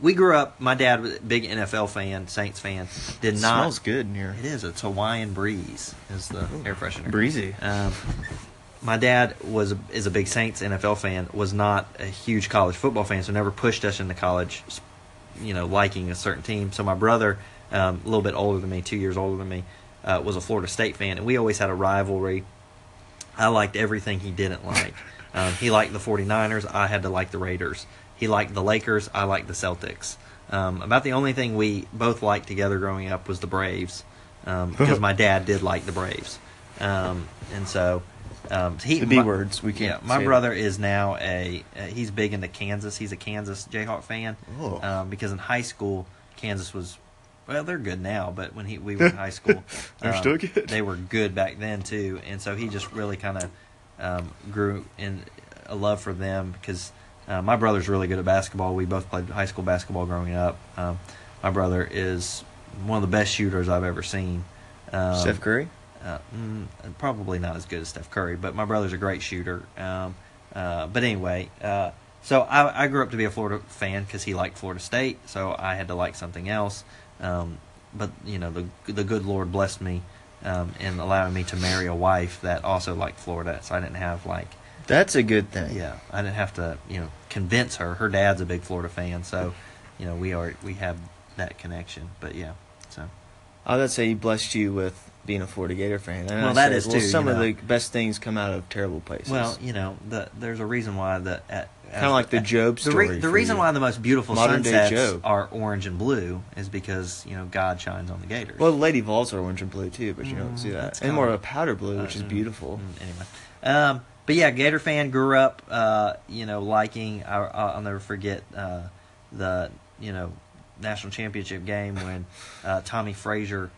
Speaker 1: we grew up. My dad was a big NFL fan, Saints fan. Did
Speaker 2: It
Speaker 1: not
Speaker 2: smells good in here.
Speaker 1: It is. It's Hawaiian breeze. Is the air freshener
Speaker 2: Breezy.
Speaker 1: Um, my dad was is a big Saints NFL fan. Was not a huge college football fan, so never pushed us into college. You know, liking a certain team. So my brother, um, a little bit older than me, two years older than me, uh, was a Florida State fan, and we always had a rivalry. I liked everything he didn't like. Um, he liked the 49ers. I had to like the Raiders. He liked the Lakers. I liked the Celtics. Um, about the only thing we both liked together growing up was the Braves,
Speaker 2: [laughs]
Speaker 1: um, because my dad did like the Braves, um, and so um, he
Speaker 2: The B
Speaker 1: my-
Speaker 2: words, we can't
Speaker 1: Yeah, my
Speaker 2: say
Speaker 1: brother is now a uh, he's big into Kansas. He's a Kansas Jayhawk fan
Speaker 2: Oh.
Speaker 1: um, because in high school Kansas was well they're good now, but when he we were in high school
Speaker 2: [laughs] They're
Speaker 1: um,
Speaker 2: still good.
Speaker 1: They were good back then too, and so he just really kind of um, grew in a love for them because uh, my brother's really good at basketball. We both played high school basketball growing up. Um, my brother is one of the best shooters I've ever seen. Um,
Speaker 2: Steph Curry.
Speaker 1: uh, mm, probably not as good as Steph Curry, but my brother's a great shooter. Um, uh, but anyway, uh, so I, I grew up to be a Florida fan because he liked Florida State, so I had to like something else. Um, but you know, the the good Lord blessed me um, in allowing me to marry a wife that also liked Florida, so I didn't have like
Speaker 2: That's a good thing.
Speaker 1: yeah, I didn't have to you know convince her. Her dad's a big Florida fan, so you know we are we have that connection. But yeah, so.
Speaker 2: I would say he blessed you with being a Florida Gator fan. And
Speaker 1: Well,
Speaker 2: I'd
Speaker 1: that
Speaker 2: say,
Speaker 1: is
Speaker 2: well,
Speaker 1: too,
Speaker 2: Some
Speaker 1: you
Speaker 2: of
Speaker 1: know.
Speaker 2: the best things come out of terrible places.
Speaker 1: Well, you know, the, there's a reason why the kind
Speaker 2: Kinda like the Job
Speaker 1: The,
Speaker 2: story
Speaker 1: the
Speaker 2: for
Speaker 1: reason
Speaker 2: you.
Speaker 1: why the most beautiful
Speaker 2: Modern day
Speaker 1: sunsets
Speaker 2: Job.
Speaker 1: are orange and blue is because you know God shines on the Gators.
Speaker 2: Well, Lady Vols are orange and blue too, but you don't see
Speaker 1: Mm,
Speaker 2: that.
Speaker 1: that's
Speaker 2: And more of
Speaker 1: kinda-
Speaker 2: a powder blue, which
Speaker 1: Uh,
Speaker 2: is
Speaker 1: mm,
Speaker 2: beautiful.
Speaker 1: mm, anyway, um, but yeah, Gator fan grew up, uh, you know, liking. I, I'll I'll never forget uh, the you know national championship game when uh, Tommy Frazier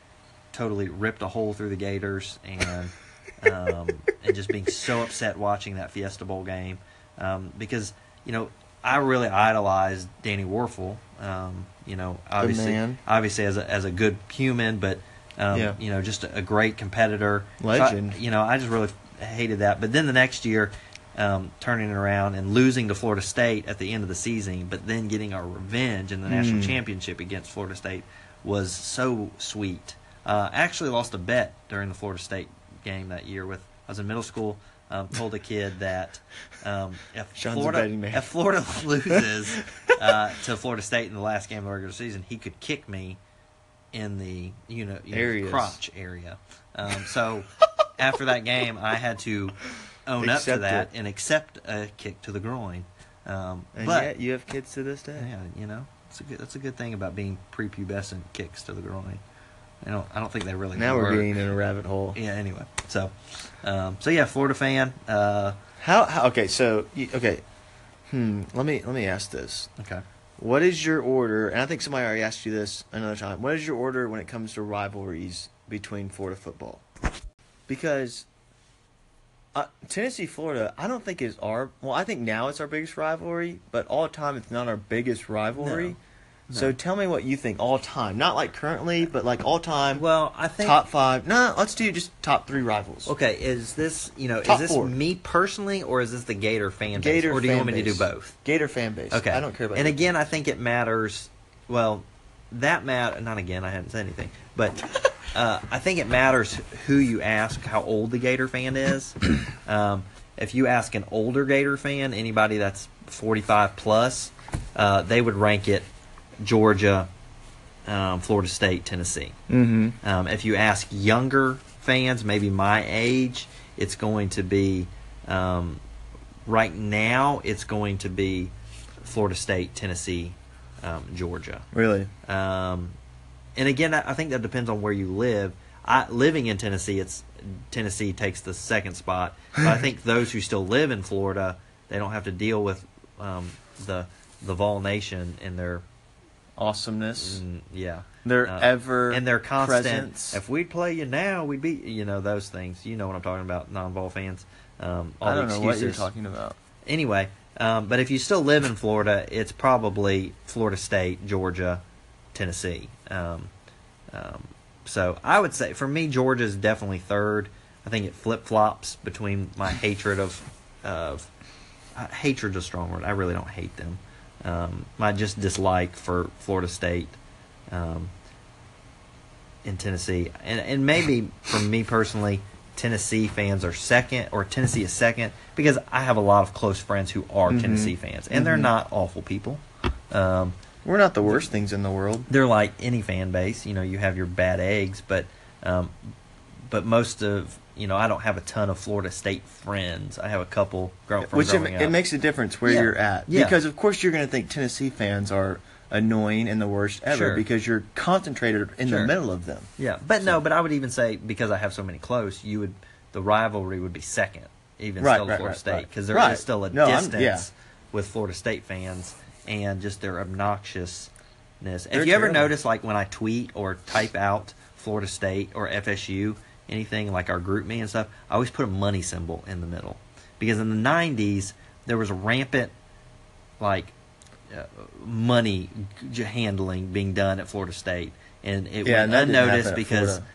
Speaker 1: totally ripped a hole through the Gators and
Speaker 2: [laughs]
Speaker 1: um, and just being so upset watching that Fiesta Bowl game um, because you know I really idolized Danny Warfel. Um, you know, obviously,
Speaker 2: man.
Speaker 1: obviously as a, as a good human, but um,
Speaker 2: Yeah.
Speaker 1: you know, just a, a great competitor. So I-
Speaker 2: Legend.
Speaker 1: you know, I just really hated that. But then the next year, um, turning it around and losing to Florida State at the end of the season, but then getting our revenge in the national
Speaker 2: Mm.
Speaker 1: championship against Florida State was so sweet. Uh, I actually lost a bet during the Florida State game that year. With I was in middle school. Um, told a kid that um, if
Speaker 2: Sean's a
Speaker 1: Florida
Speaker 2: betting man.
Speaker 1: if Florida [laughs] loses uh, to Florida State in the last game of the regular season, he could kick me in the you know, you know,
Speaker 2: Areas.
Speaker 1: crotch area. Um,
Speaker 2: [laughs]
Speaker 1: so after that game, I had to own up
Speaker 2: Accept
Speaker 1: to that
Speaker 2: it.
Speaker 1: and accept a kick to the groin. Um,
Speaker 2: And
Speaker 1: but
Speaker 2: yet, you have kids to this day.
Speaker 1: yeah, you know, it's a good, that's a good thing about being prepubescent kicks to the groin. I don't I don't think they really
Speaker 2: Now we're
Speaker 1: work.
Speaker 2: being in a rabbit hole.
Speaker 1: yeah. Anyway, so um, so yeah, Florida fan. Uh,
Speaker 2: How, how? Okay, so you- okay. Hmm. Let me let me ask this.
Speaker 1: okay.
Speaker 2: What is your order? And I think somebody already asked you this another time. What is your order when it comes to rivalries between Florida football? Because uh, Tennessee, Florida, I don't think is our. Well, I think now it's our biggest rivalry, but all time it's not our biggest rivalry.
Speaker 1: No.
Speaker 2: So tell me what you think all time, not like currently, but like all time.
Speaker 1: Well, I think
Speaker 2: top five. No, let's do just top three rivals.
Speaker 1: Okay, is this you know
Speaker 2: Top
Speaker 1: is this
Speaker 2: four.
Speaker 1: me personally or is this the Gator fan base?
Speaker 2: Gator
Speaker 1: or do you
Speaker 2: fan
Speaker 1: want me to do
Speaker 2: base.
Speaker 1: both?
Speaker 2: Gator fan base.
Speaker 1: Okay,
Speaker 2: I don't care about.
Speaker 1: And
Speaker 2: you.
Speaker 1: again, I think it matters. Well, that matter not again. I haven't said anything,
Speaker 2: [laughs]
Speaker 1: but uh, I think it matters who you ask how old the Gator fan
Speaker 2: [clears throat]
Speaker 1: is. um, if you ask an older Gator fan, anybody that's forty five plus, uh, they would rank it Georgia, um, Florida State, Tennessee.
Speaker 2: Mm-hmm.
Speaker 1: Um, if you ask younger fans, maybe my age, it's going to be um, right now. It's going to be Florida State, Tennessee, um, Georgia.
Speaker 2: Really.
Speaker 1: Um, and again, I I think that depends on where you live. I, living in Tennessee, it's Tennessee takes the second spot. But I think those who still live in Florida, they don't have to deal with um, the the Vol Nation and their
Speaker 2: Awesomeness.
Speaker 1: mm, yeah
Speaker 2: Their
Speaker 1: uh,
Speaker 2: ever
Speaker 1: and their constant.
Speaker 2: presence.
Speaker 1: If we'd play you now, we'd beat you. You know those things. You know what I'm talking about, non-ball fans. Um, all
Speaker 2: I
Speaker 1: the
Speaker 2: don't know
Speaker 1: excuses.
Speaker 2: what you're talking about.
Speaker 1: Anyway, um, but if you still live in Florida, it's probably Florida State, Georgia, Tennessee. Um, um, so I would say for me, Georgia's definitely third. I think it flip flops between my hatred of of uh, hatred's a strong word. I really don't hate them. Um, my just dislike for Florida State. Um, in Tennessee, and and maybe for me personally, Tennessee fans are second, or Tennessee is second, because I have a lot of close friends who are
Speaker 2: Mhm.
Speaker 1: Tennessee fans, and they're
Speaker 2: Mhm.
Speaker 1: not awful people. Um,
Speaker 2: We're not the worst things in the world.
Speaker 1: they're like any fan base. You know, you have your bad eggs, but um, but most of you know, I don't have a ton of Florida State friends. I have a couple grown from
Speaker 2: Which it,
Speaker 1: growing up.
Speaker 2: it makes a difference where
Speaker 1: Yeah.
Speaker 2: you're at.
Speaker 1: Yeah.
Speaker 2: Because, of course, you're going to think Tennessee fans are annoying and the worst ever
Speaker 1: Sure.
Speaker 2: because you're concentrated in
Speaker 1: Sure.
Speaker 2: the middle of them.
Speaker 1: Yeah, but no, but I would even say because I have so many close, you would the rivalry would be second, even
Speaker 2: Right,
Speaker 1: still
Speaker 2: right,
Speaker 1: Florida
Speaker 2: right,
Speaker 1: State,
Speaker 2: right.
Speaker 1: because there is
Speaker 2: Right.
Speaker 1: still a
Speaker 2: No, I'm-
Speaker 1: distance
Speaker 2: yeah.
Speaker 1: with Florida State fans and just their obnoxiousness. If
Speaker 2: They're
Speaker 1: you ever
Speaker 2: terrible.
Speaker 1: notice, like when I tweet or type out Florida State or FSU, anything like our group me and stuff, I always put a money symbol in the middle because in the '90s there was rampant like uh, money g- handling being done at Florida State, and it
Speaker 2: Yeah,
Speaker 1: went
Speaker 2: and that didn't happen
Speaker 1: unnoticed
Speaker 2: at
Speaker 1: because
Speaker 2: Florida.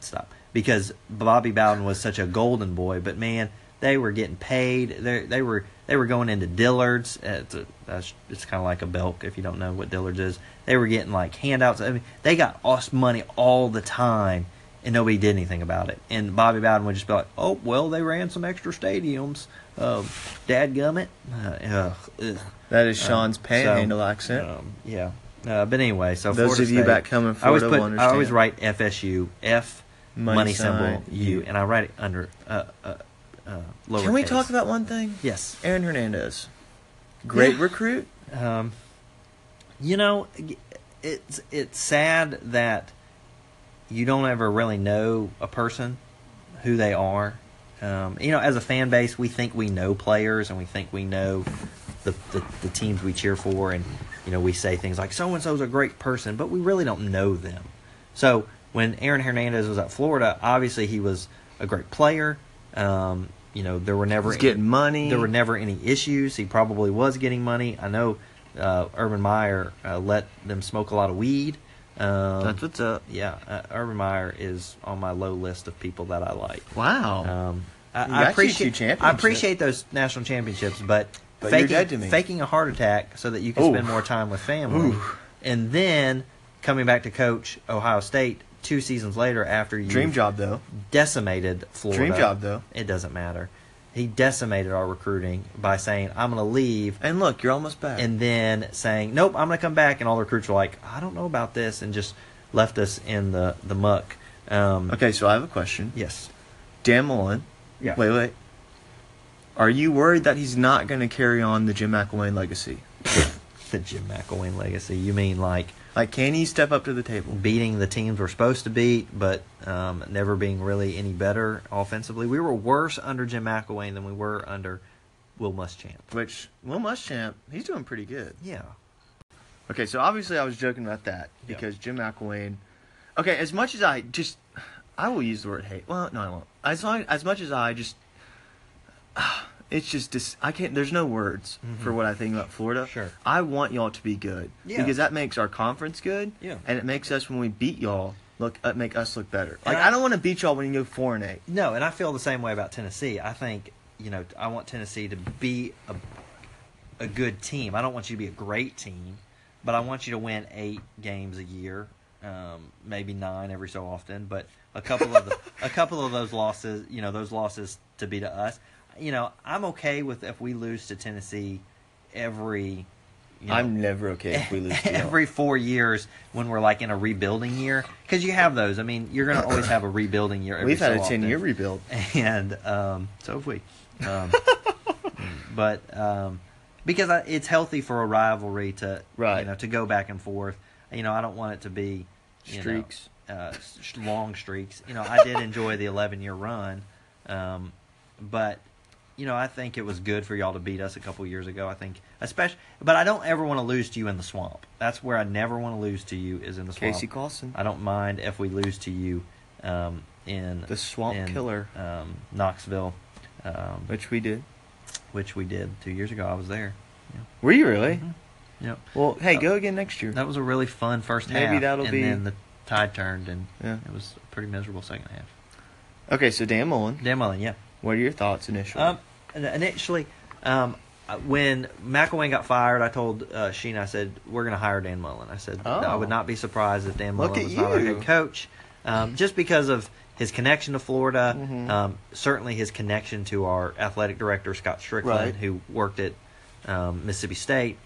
Speaker 1: stop because Bobby Bowden was such a golden boy. But man, they were getting paid. They they were they were going into Dillard's. Uh, It's, a- that's- it's kind of like a Belk if you don't know what Dillard's is. They were getting like handouts. I mean, they got us money all the time. And nobody did anything about it. And Bobby Bowden would just be like, "Oh well, they ran some extra stadiums, uh, dadgummit." Uh, ugh, ugh.
Speaker 2: That is Sean's
Speaker 1: Um,
Speaker 2: panhandle
Speaker 1: so,
Speaker 2: accent.
Speaker 1: Um, yeah. Uh, but anyway, so
Speaker 2: Those
Speaker 1: Florida
Speaker 2: of you
Speaker 1: State-
Speaker 2: back home in
Speaker 1: I always
Speaker 2: Florida
Speaker 1: put
Speaker 2: will
Speaker 1: I always
Speaker 2: understand.
Speaker 1: write FSU F money,
Speaker 2: Money
Speaker 1: symbol
Speaker 2: sign,
Speaker 1: U,
Speaker 2: U.
Speaker 1: and I write it under uh, uh, uh, lower.
Speaker 2: Can we talk about one thing?
Speaker 1: yes?
Speaker 2: Aaron Hernandez. Great
Speaker 1: Yeah.
Speaker 2: recruit.
Speaker 1: Um, you know, it's it's sad that you don't ever really know a person who they are. Um, you know, as a fan base, we think we know players and we think we know the the, the teams we cheer for, and you know, we say things like so and so's a great person, but we really don't know them. So when Aaron Hernandez was at Florida, obviously he was a great player. Um, you know, there were never
Speaker 2: He's getting money.
Speaker 1: there were never any issues. He probably was getting money. I know uh, Urban Meyer uh, let them smoke a lot of weed. Um,
Speaker 2: That's what's up.
Speaker 1: yeah, uh, Urban Meyer is on my low list of people that I like.
Speaker 2: Wow.
Speaker 1: Um,
Speaker 2: You
Speaker 1: I, I
Speaker 2: got you two
Speaker 1: appreciate
Speaker 2: championships.
Speaker 1: I appreciate those national championships, but,
Speaker 2: But you're
Speaker 1: faking
Speaker 2: dead to me.
Speaker 1: faking a heart attack so that you can
Speaker 2: Ooh.
Speaker 1: spend more time with family,
Speaker 2: Ooh.
Speaker 1: and then coming back to coach Ohio State two seasons later after you
Speaker 2: Dream job, though.
Speaker 1: Mm-hmm. decimated Florida.
Speaker 2: Dream job, though.
Speaker 1: It doesn't matter. He decimated our recruiting by saying, I'm going to leave,
Speaker 2: And look, you're almost back.
Speaker 1: and then saying, Nope, I'm going to come back. And all the recruits were like, I don't know about this, and just left us in the, the muck. Um,
Speaker 2: okay, so I have a question.
Speaker 1: Yes.
Speaker 2: Dan Mullen.
Speaker 1: Yeah.
Speaker 2: Wait, wait. Are you worried that he's not going to carry on the Jim McElwain legacy?
Speaker 1: The Jim McElwain legacy. You mean like
Speaker 2: Like, can he step up to the table?
Speaker 1: beating the teams we're supposed to beat, but um, never being really any better offensively? We were worse under Jim McElwain than we were under Will Muschamp.
Speaker 2: Which Will Muschamp, he's doing pretty good.
Speaker 1: Yeah.
Speaker 2: Okay, so obviously I was joking about that
Speaker 1: Yeah.
Speaker 2: because Jim McElwain. Okay, as much as I just, I will use the word hate. Well, no, I won't. As long as much as I just, [sighs] it's just dis- I can't. There's no words for what I think about Florida.
Speaker 1: Mm-hmm. Sure.
Speaker 2: I want y'all to be good
Speaker 1: Yeah.
Speaker 2: because that makes our conference good.
Speaker 1: Yeah.
Speaker 2: And it makes us when we beat y'all look uh, make us look better.
Speaker 1: And
Speaker 2: Like
Speaker 1: I-
Speaker 2: I, don't want to beat y'all when you go four and eight.
Speaker 1: No, and I feel the same way about Tennessee. I think you know I want Tennessee to be a a good team. I don't want you to be a great team, but I want you to win eight games a year, um, maybe nine every so often. But a couple of
Speaker 2: [laughs]
Speaker 1: the, a couple of those losses, you know, those losses to be to us. You know, I'm okay with if we lose to Tennessee every. You know,
Speaker 2: I'm never okay if we
Speaker 1: [laughs]
Speaker 2: lose. to y'all.
Speaker 1: every four years when we're like in a rebuilding year because you have those. I mean, you're going to always have a rebuilding year. Every
Speaker 2: We've had
Speaker 1: so
Speaker 2: a ten year
Speaker 1: often.
Speaker 2: rebuild.
Speaker 1: [laughs] and um, so have we.
Speaker 2: [laughs]
Speaker 1: Um, but um, because I, it's healthy for a rivalry to
Speaker 2: Right.
Speaker 1: you know to go back and forth. You know, I don't want it to be you know,
Speaker 2: Streaks.
Speaker 1: uh, s- long streaks. You know, I did enjoy the 11 year run, um, but you know, I think it was good for y'all to beat us a couple years ago. I think, especially, but I don't ever want to lose to you in the swamp. That's where I never want to lose to you is in the swamp.
Speaker 2: Casey Clawson.
Speaker 1: I don't mind if we lose to you um, in
Speaker 2: The swamp
Speaker 1: in,
Speaker 2: killer.
Speaker 1: um, Knoxville, um, which,
Speaker 2: Which we did.
Speaker 1: we did two years ago. I was there.
Speaker 2: Were you really?
Speaker 1: Mm-hmm. Yeah,
Speaker 2: Well, hey, go again next year.
Speaker 1: Oh. that was a really fun first
Speaker 2: Maybe
Speaker 1: half.
Speaker 2: that'll
Speaker 1: and
Speaker 2: be-
Speaker 1: then the tide turned, and
Speaker 2: Yeah.
Speaker 1: it was a pretty miserable second half.
Speaker 2: Okay, so Dan Mullen,
Speaker 1: Dan Mullen, yeah.
Speaker 2: what are your thoughts initially?
Speaker 1: Um, and initially, um, when McElwain got fired, I told uh, Sheen, I said, we're going to hire Dan Mullen. I said,
Speaker 2: Oh.
Speaker 1: I would not be surprised if Dan
Speaker 2: Look
Speaker 1: Mullen
Speaker 2: at
Speaker 1: was not our
Speaker 2: you. Mm-hmm.
Speaker 1: head coach, um, just because of his connection to Florida,
Speaker 2: Mhm.
Speaker 1: um, certainly his connection to our athletic director, Scott Strickland,
Speaker 2: Right.
Speaker 1: who worked at um, Mississippi State.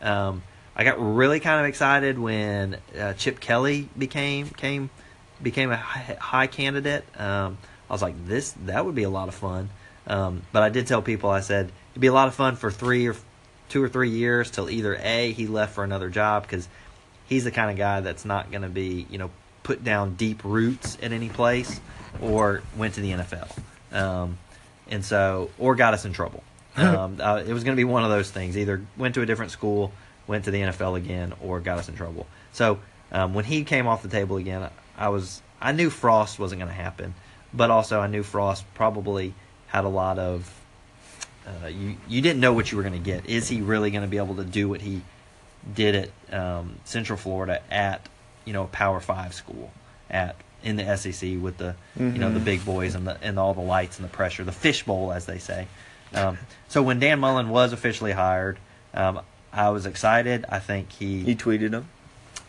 Speaker 1: Um, I got really kind of excited when uh, Chip Kelly became came became a hi- high candidate. Um, I was like, this that would be a lot of fun. Um, but I did tell people I said it'd be a lot of fun for three or two or three years till either a he left for another job because he's the kind of guy that's not going to be you know put down deep roots at any place or went to the NFL. Um, and so or got us in trouble. Um, uh, it was going to be one of those things: either went to a different school, went to the NFL again, or got us in trouble. So um, when he came off the table again, I was I knew Frost wasn't going to happen, but also I knew Frost probably had a lot of uh, you you didn't know what you were going to get. Is he really going to be able to do what he did at um, Central Florida at you know a Power Five school at in the SEC with the you know the
Speaker 2: Mhm.
Speaker 1: big boys and the and all the lights and the pressure, the fishbowl as they say. Um, so when Dan Mullen was officially hired, um, I was excited. I think
Speaker 2: you tweeted him.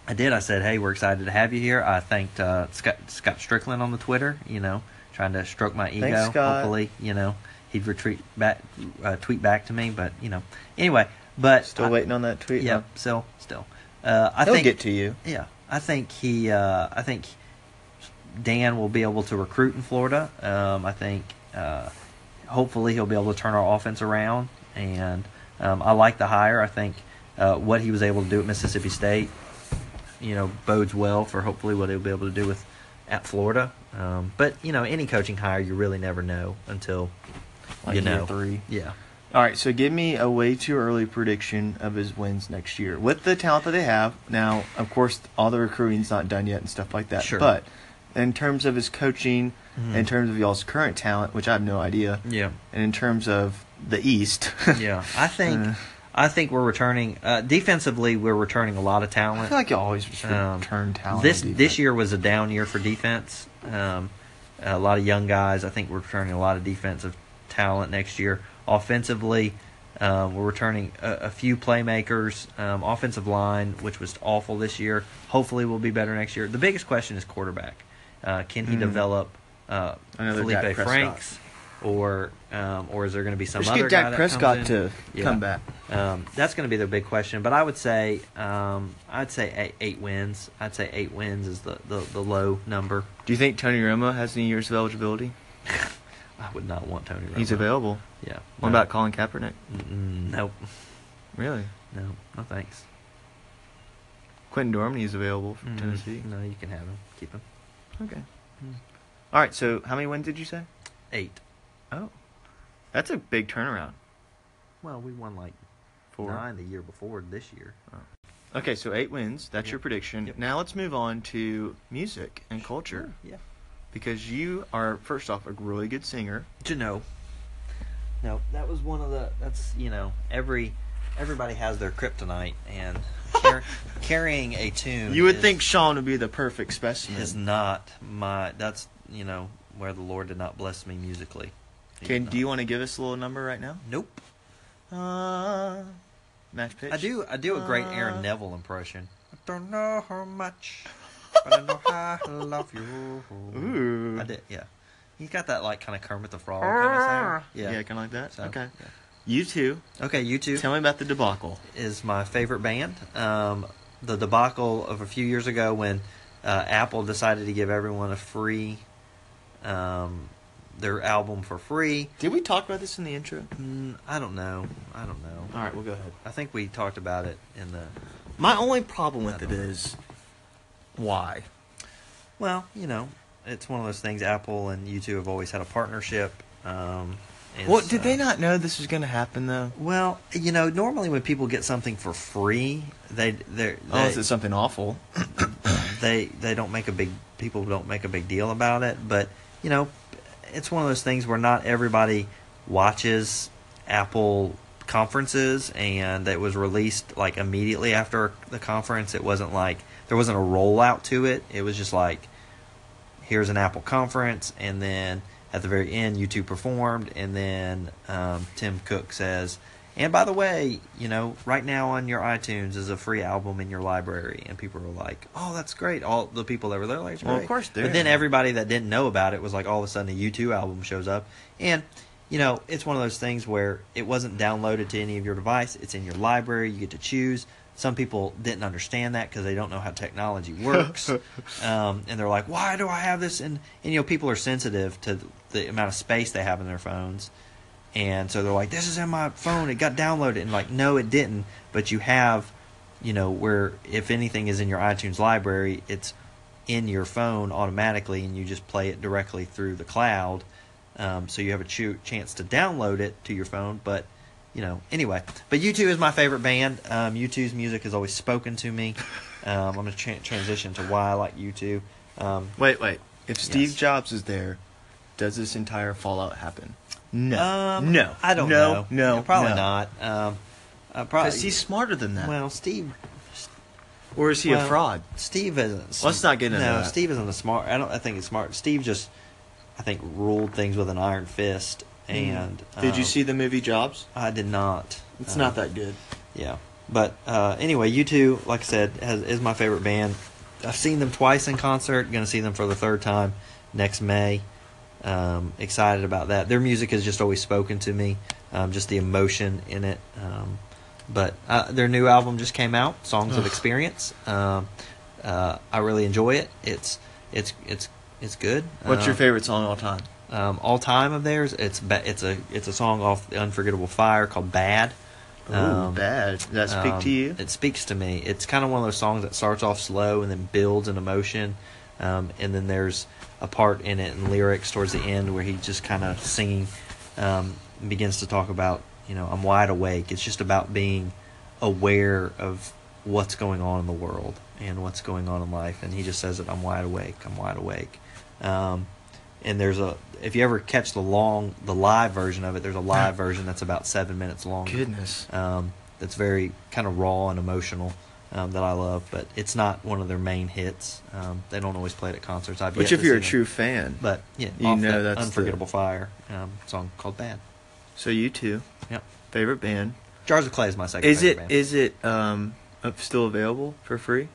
Speaker 1: I did. I said, "Hey, we're excited to have you here." I thanked uh, Scott, Scott Strickland on the Twitter. You know, trying to stroke my ego.
Speaker 2: Thanks, Scott.
Speaker 1: Hopefully, you know, he'd retreat back, uh, tweet back to me. But you know, anyway. But
Speaker 2: Still
Speaker 1: I-
Speaker 2: waiting on that tweet.
Speaker 1: Yeah,
Speaker 2: huh?
Speaker 1: still, still. Uh, I
Speaker 2: He'll
Speaker 1: think
Speaker 2: get to you.
Speaker 1: yeah, I think he. Uh, I think Dan will be able to recruit in Florida. Um, I think uh, hopefully he'll be able to turn our offense around, and um, I like the hire. I think uh, what he was able to do at Mississippi State, you know, bodes well for hopefully what he'll be able to do with at Florida. Um, but you know, any coaching hire, you really never know until
Speaker 2: Like
Speaker 1: you
Speaker 2: year
Speaker 1: know
Speaker 2: three.
Speaker 1: Yeah,
Speaker 2: All right, so give me a way too early prediction of his wins next year with the talent that they have. Now, of course, all the recruiting's not done yet and stuff like that.
Speaker 1: Sure.
Speaker 2: But in terms of his coaching,
Speaker 1: Mhm.
Speaker 2: in terms of y'all's current talent, which I have no idea,
Speaker 1: yeah.
Speaker 2: and in terms of the East, [laughs]
Speaker 1: yeah, I think
Speaker 2: Uh.
Speaker 1: I think we're returning uh, defensively. We're returning a lot of
Speaker 2: I [laughs]
Speaker 1: talent.
Speaker 2: feel like you always just
Speaker 1: Um,
Speaker 2: return talent.
Speaker 1: This
Speaker 2: on
Speaker 1: this
Speaker 2: defense.
Speaker 1: year was a down year for defense. Um, a lot of young guys. I think we're returning a lot of defensive talent next year. Offensively, um, we're returning a, a few playmakers. Um, offensive line, which was awful this year, hopefully will be better next year. The biggest question is quarterback. Uh, can he
Speaker 2: Mm.
Speaker 1: develop uh,
Speaker 2: Another
Speaker 1: Felipe
Speaker 2: Dak Prescott.
Speaker 1: Franks, or um, or is there going to be some
Speaker 2: just
Speaker 1: other
Speaker 2: get
Speaker 1: guy
Speaker 2: Dak
Speaker 1: that
Speaker 2: Prescott
Speaker 1: comes in?
Speaker 2: to
Speaker 1: Yeah.
Speaker 2: come back.
Speaker 1: Um, that's going to be their big question, but I would say um, I'd say eight, eight wins. I'd say eight wins is the, the, the low number. [laughs]
Speaker 2: Do you think Tony Romo has any years of eligibility?
Speaker 1: I would not want Tony. Romo.
Speaker 2: He's available.
Speaker 1: Yeah.
Speaker 2: What about Colin Kaepernick?
Speaker 1: Mm, Nope.
Speaker 2: Really?
Speaker 1: No. No thanks.
Speaker 2: Quentin Dormney is available from
Speaker 1: Mm,
Speaker 2: Tennessee. Hmm.
Speaker 1: No, you can have him. Keep him.
Speaker 2: Okay.
Speaker 1: Mm.
Speaker 2: All right. So how many wins did you say?
Speaker 1: Eight.
Speaker 2: Oh, that's a big turnaround.
Speaker 1: Well, we won like
Speaker 2: Four.
Speaker 1: nine the year before this year.
Speaker 2: Okay, so eight wins. That's
Speaker 1: Oh. Yep.
Speaker 2: your prediction.
Speaker 1: Yep.
Speaker 2: Now let's move on to music and culture
Speaker 1: Yeah.
Speaker 2: because you are first off a really good singer.
Speaker 1: To know. No, that was one of the. That's you know every everybody has their kryptonite, and [laughs] car- carrying a tune.
Speaker 2: You would
Speaker 1: is-
Speaker 2: think Sean would be the perfect specimen.
Speaker 1: is not my. That's you know where the Lord did not bless me musically. He
Speaker 2: Can
Speaker 1: did
Speaker 2: do you
Speaker 1: not.
Speaker 2: want to give us a little number right now?
Speaker 1: Nope.
Speaker 2: Uh, match pitch.
Speaker 1: I do. I do a great
Speaker 2: Uh,
Speaker 1: Aaron Neville impression. I don't know how much, but I know how I [laughs] love you.
Speaker 2: Ooh.
Speaker 1: I did. Yeah. He's got that like kind of Kermit the Frog kind of sound.
Speaker 2: Yeah,
Speaker 1: Ah. Yeah.
Speaker 2: kind of like that.
Speaker 1: So,
Speaker 2: okay.
Speaker 1: yeah.
Speaker 2: You too.
Speaker 1: Okay, you two
Speaker 2: Tell me about the debacle.
Speaker 1: is my favorite band. Um, the debacle of a few years ago when uh, Apple decided to give everyone a free um, their album for free.
Speaker 2: Did we talk about this in the intro?
Speaker 1: Mm, I don't know. I don't know.
Speaker 2: All right, we'll go ahead.
Speaker 1: I think we talked about it in the.
Speaker 2: My only problem with
Speaker 1: I
Speaker 2: it
Speaker 1: don't know.
Speaker 2: is why?
Speaker 1: Well, you know, it's one of those things. Apple and you two have always had a partnership. Um, and
Speaker 2: Well, did they
Speaker 1: so-
Speaker 2: not know this was going to happen though?
Speaker 1: Well, you know, normally when people get something for free, they they're- they
Speaker 2: Unless it's Oh, something awful.
Speaker 1: they they don't make a big people don't make a big deal about it. But you know, it's one of those things where not everybody watches Apple conferences, and it was released like immediately after the conference. It wasn't like there wasn't a rollout to it. It was just like here's an Apple conference, and then at the very end, you two performed, and then um, Tim Cook says, "And by the way, you know, right now on your iTunes is a free album in your library," and people were like, "Oh, that's great!" All the people that were there, like,
Speaker 2: Well, of
Speaker 1: "Great."
Speaker 2: course they're-
Speaker 1: But then everybody that didn't know about it was like, all of a sudden, a U2 album shows up, and you know, it's one of those things where it wasn't downloaded to any of your device. It's in your library. You get to choose. Some people didn't understand that because they don't know how technology works um, and they're like, "Why do I have this?" And, and you know, people are sensitive to the amount of space they have in their phones, and so they're like, "This is in my phone. It got downloaded." And like, no, it didn't. But you have, you know, where if anything is in your iTunes library, it's in your phone automatically, and you just play it directly through the cloud. Um, so you have a chu- chance to download it to your phone, but you know, anyway. But U2 is my favorite band. Um, U2's music has always spoken to me. Um, I'm going to tra- transition to why I like U2. Um,
Speaker 2: Wait, wait. If Steve
Speaker 1: Yes.
Speaker 2: Jobs is there, does this entire fallout happen? No.
Speaker 1: um,
Speaker 2: no.
Speaker 1: I don't
Speaker 2: no,
Speaker 1: know.
Speaker 2: No.
Speaker 1: probably
Speaker 2: no.
Speaker 1: not. Um, uh, probably.
Speaker 2: Because he's smarter than that.
Speaker 1: well, Steve.
Speaker 2: or is he a
Speaker 1: well,
Speaker 2: fraud?
Speaker 1: Steve isn't. sm-
Speaker 2: Let's not get into
Speaker 1: no,
Speaker 2: that.
Speaker 1: Steve isn't a smart. I don't. I think he's smart. Steve just, I think, ruled things with an iron fist.
Speaker 2: Hmm.
Speaker 1: And
Speaker 2: Did you
Speaker 1: um,
Speaker 2: see the movie Jobs?
Speaker 1: I did not.
Speaker 2: It's
Speaker 1: Um,
Speaker 2: not that good.
Speaker 1: Yeah. But uh, anyway, U2, like I said, has, is my favorite band. I've seen them twice in concert. Going to see them for the third time next May. Um, excited about that. Their music has just always spoken to me, um, just the emotion in it. Um, but uh, their new album just came out, Songs of
Speaker 2: Ugh.
Speaker 1: Experience. Um, uh, I really enjoy it. It's it's it's it's good.
Speaker 2: What's your
Speaker 1: Um,
Speaker 2: favorite song of all time?
Speaker 1: um, all time of theirs. It's ba- it's a it's a song off the Unforgettable Fire called Bad. Um,
Speaker 2: bad. Does that speak
Speaker 1: um,
Speaker 2: to you?
Speaker 1: It speaks to me. It's kind of one of those songs that starts off slow and then builds in emotion, um, and then there's a part in it in lyrics towards the end where he just kind of singing um, begins to talk about you know I'm wide awake. It's just about being aware of what's going on in the world and what's going on in life, and he just says it. I'm wide awake. I'm wide awake. Um, and there's a if you ever catch the long the live version of it, there's a live
Speaker 2: Uh-huh.
Speaker 1: version that's about seven minutes long
Speaker 2: Goodness.
Speaker 1: um, that's very kind of raw and emotional um, that I love. But it's not one of their main hits. Um, they don't always play it at concerts. I've
Speaker 2: Which,
Speaker 1: yet
Speaker 2: if
Speaker 1: to
Speaker 2: you're a
Speaker 1: see them.
Speaker 2: true fan,
Speaker 1: but yeah,
Speaker 2: you
Speaker 1: off
Speaker 2: know
Speaker 1: that
Speaker 2: that's the-
Speaker 1: unforgettable fire um, song called Bad.
Speaker 2: so you too.
Speaker 1: Yep.
Speaker 2: Favorite band.
Speaker 1: Jars of Clay is my second.
Speaker 2: Is
Speaker 1: favorite
Speaker 2: it
Speaker 1: band.
Speaker 2: is it um up- still available for free?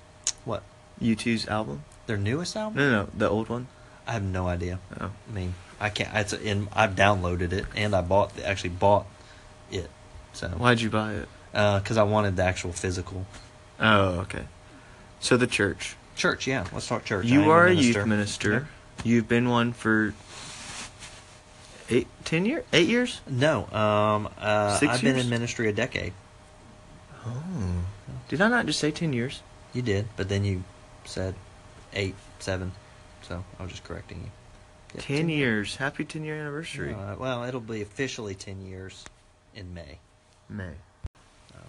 Speaker 1: what
Speaker 2: U2's album?
Speaker 1: their newest album?
Speaker 2: No, no, no, the old one.
Speaker 1: I have no idea.
Speaker 2: Oh.
Speaker 1: I mean, I can't. It's in. I've downloaded it and I bought actually bought it. So
Speaker 2: Why'd you buy it?
Speaker 1: Because I wanted the actual physical
Speaker 2: Oh, okay. So the church.
Speaker 1: church. Yeah, let's talk church. I am
Speaker 2: You are a youth
Speaker 1: minister.
Speaker 2: minister. You've been one for eight, ten years, eight years.
Speaker 1: No, um, uh,
Speaker 2: Six
Speaker 1: I've been
Speaker 2: years?
Speaker 1: in ministry a decade.
Speaker 2: Oh, did I not just say ten years?
Speaker 1: You did, but then you said eight, seven, so I was just correcting you. Yeah,
Speaker 2: ten years. Happy ten year anniversary,
Speaker 1: Uh, well, it'll be officially ten years in May.
Speaker 2: May.
Speaker 1: Um,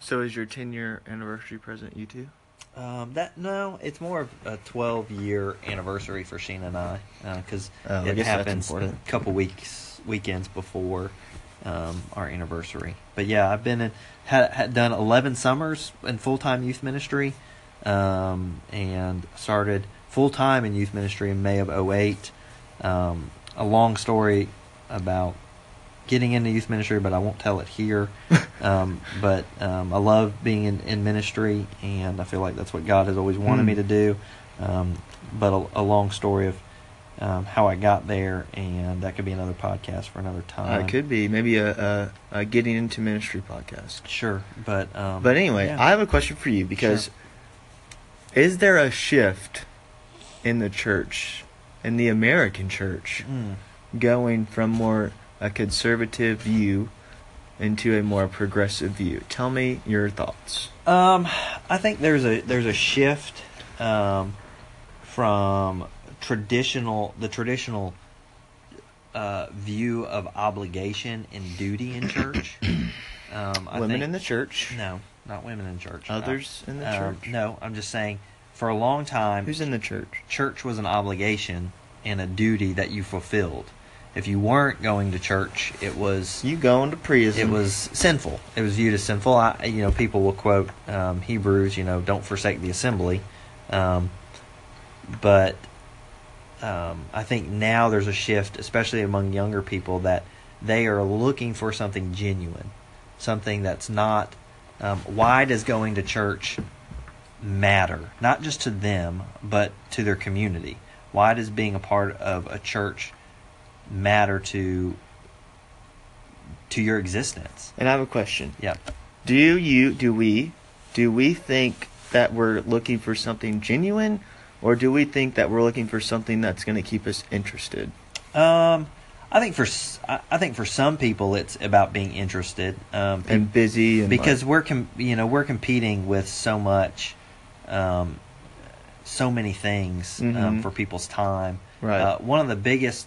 Speaker 2: So is your ten year anniversary present you too?
Speaker 1: um, that no, it's more of a twelve-year anniversary for Sheena and I because
Speaker 2: Oh, I
Speaker 1: it
Speaker 2: guess that's
Speaker 1: happens a
Speaker 2: important.
Speaker 1: couple weeks weekends before um, our anniversary. But yeah, I've been in, had, had done 11 summers in full time youth ministry, um, and started full time in youth ministry in May of 08. Um, a long story about getting into youth ministry, but I won't tell it
Speaker 2: [laughs]
Speaker 1: here. Um, but um, I love being in, in ministry, and I feel like that's what God has always wanted
Speaker 2: Hmm.
Speaker 1: me to do. Um, but a, a long story of um, how I got there, and that could be another podcast for another
Speaker 2: Uh,
Speaker 1: time.
Speaker 2: it could be maybe a, a, a getting into ministry podcast.
Speaker 1: Sure, but um,
Speaker 2: But anyway,
Speaker 1: yeah.
Speaker 2: I have a question for you because is there a shift in the church, in the American church,
Speaker 1: Mm.
Speaker 2: going from more a conservative view into a more progressive view? Tell me your thoughts.
Speaker 1: Um, I think there's a there's a shift um, from traditional the traditional uh, view of obligation and duty in church.
Speaker 2: [coughs]
Speaker 1: Um, I
Speaker 2: women
Speaker 1: think-
Speaker 2: in the church,
Speaker 1: no, not women in church.
Speaker 2: others in the
Speaker 1: Um,
Speaker 2: church.
Speaker 1: no, I'm just saying. For a long time,
Speaker 2: Who's in the church?
Speaker 1: church was an obligation and a duty that you fulfilled. If you weren't going to church, it was
Speaker 2: You going to prison?
Speaker 1: it was sinful. It was viewed as sinful. I, you know, people will quote um, Hebrews. You know, don't forsake the assembly. Um, but um, I think now there's a shift, especially among younger people, that they are looking for something genuine, something that's not. Um, why does going to church matter? Not just to them, but to their community. Why does being a part of a church matter to to your existence?
Speaker 2: And I have a question.
Speaker 1: Yep.
Speaker 2: Do you do we do we think that we're looking for something genuine or do we think that we're looking for something that's going to keep us interested?
Speaker 1: Um, I think for s- I I think for some people it's about being interested. Um, pe-
Speaker 2: And busy and
Speaker 1: because
Speaker 2: like-
Speaker 1: we're com- you know we're competing with so much, um, so many things um,
Speaker 2: Mhm.
Speaker 1: for people's time.
Speaker 2: Right.
Speaker 1: Uh, one of the biggest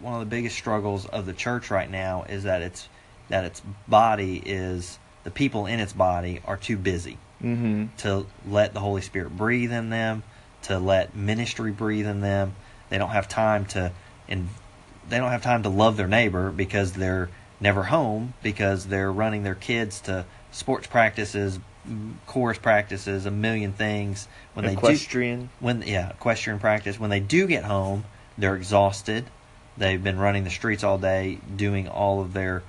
Speaker 1: one of the biggest struggles of the church right now is that it's that its body is the people in its body are too busy
Speaker 2: mhm.
Speaker 1: to let the Holy Spirit breathe in them, to let ministry breathe in them. They don't have time to and they don't have time to love their neighbor because they're never home because they're running their kids to sports practices, m- chorus practices, a million things when they do
Speaker 2: equestrian
Speaker 1: when yeah, equestrian practice. When they do get home, they're exhausted. They've been running the streets all day, doing all of their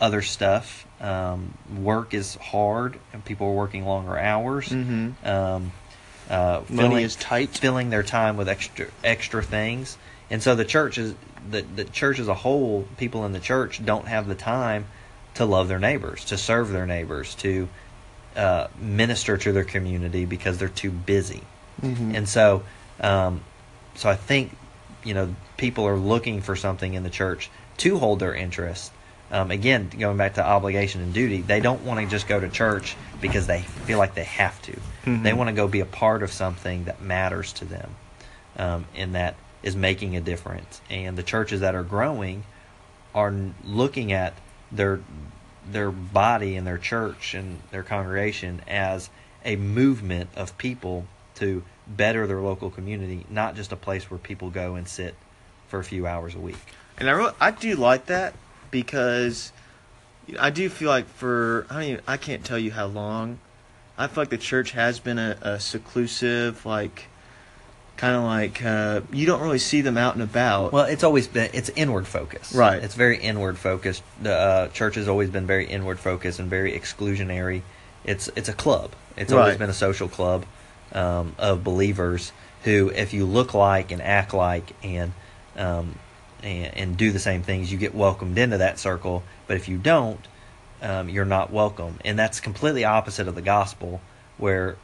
Speaker 1: other stuff. Um, work is hard, and people are working longer hours.
Speaker 2: Mhm.
Speaker 1: Um, uh,
Speaker 2: Money
Speaker 1: filling-
Speaker 2: is tight.
Speaker 1: filling their time with extra extra things, and so the church is the the church as a whole. People in the church don't have the time to love their neighbors, to serve their neighbors, to uh, minister to their community because they're too busy.
Speaker 2: Mhm.
Speaker 1: And so, um, so I think you know people are looking for something in the church to hold their interest. Um, again, going back to obligation and duty, they don't want to just go to church because they feel like they have to.
Speaker 2: Mhm.
Speaker 1: They want to go be a part of something that matters to them, um, and that is making a difference. And the churches that are growing are n- looking at their their body and their church and their congregation as a movement of people to better their local community, not just a place where people go and sit for a few hours a week.
Speaker 2: And I really, I do like that because you know, I do feel like for I don't even, I can't tell you how long I feel like the church has been a, a seclusive like kind of like uh, you don't really see them out and about.
Speaker 1: Well, it's always been it's inward focused,
Speaker 2: Right.
Speaker 1: It's very inward focused. The uh, church has always been very inward focused and very exclusionary. It's it's a club. It's always
Speaker 2: Right.
Speaker 1: been a social club um, of believers who, if you look like and act like and um, and, and do the same things, you get welcomed into that circle. But if you don't, um, you're not welcome, and that's completely opposite of the gospel, where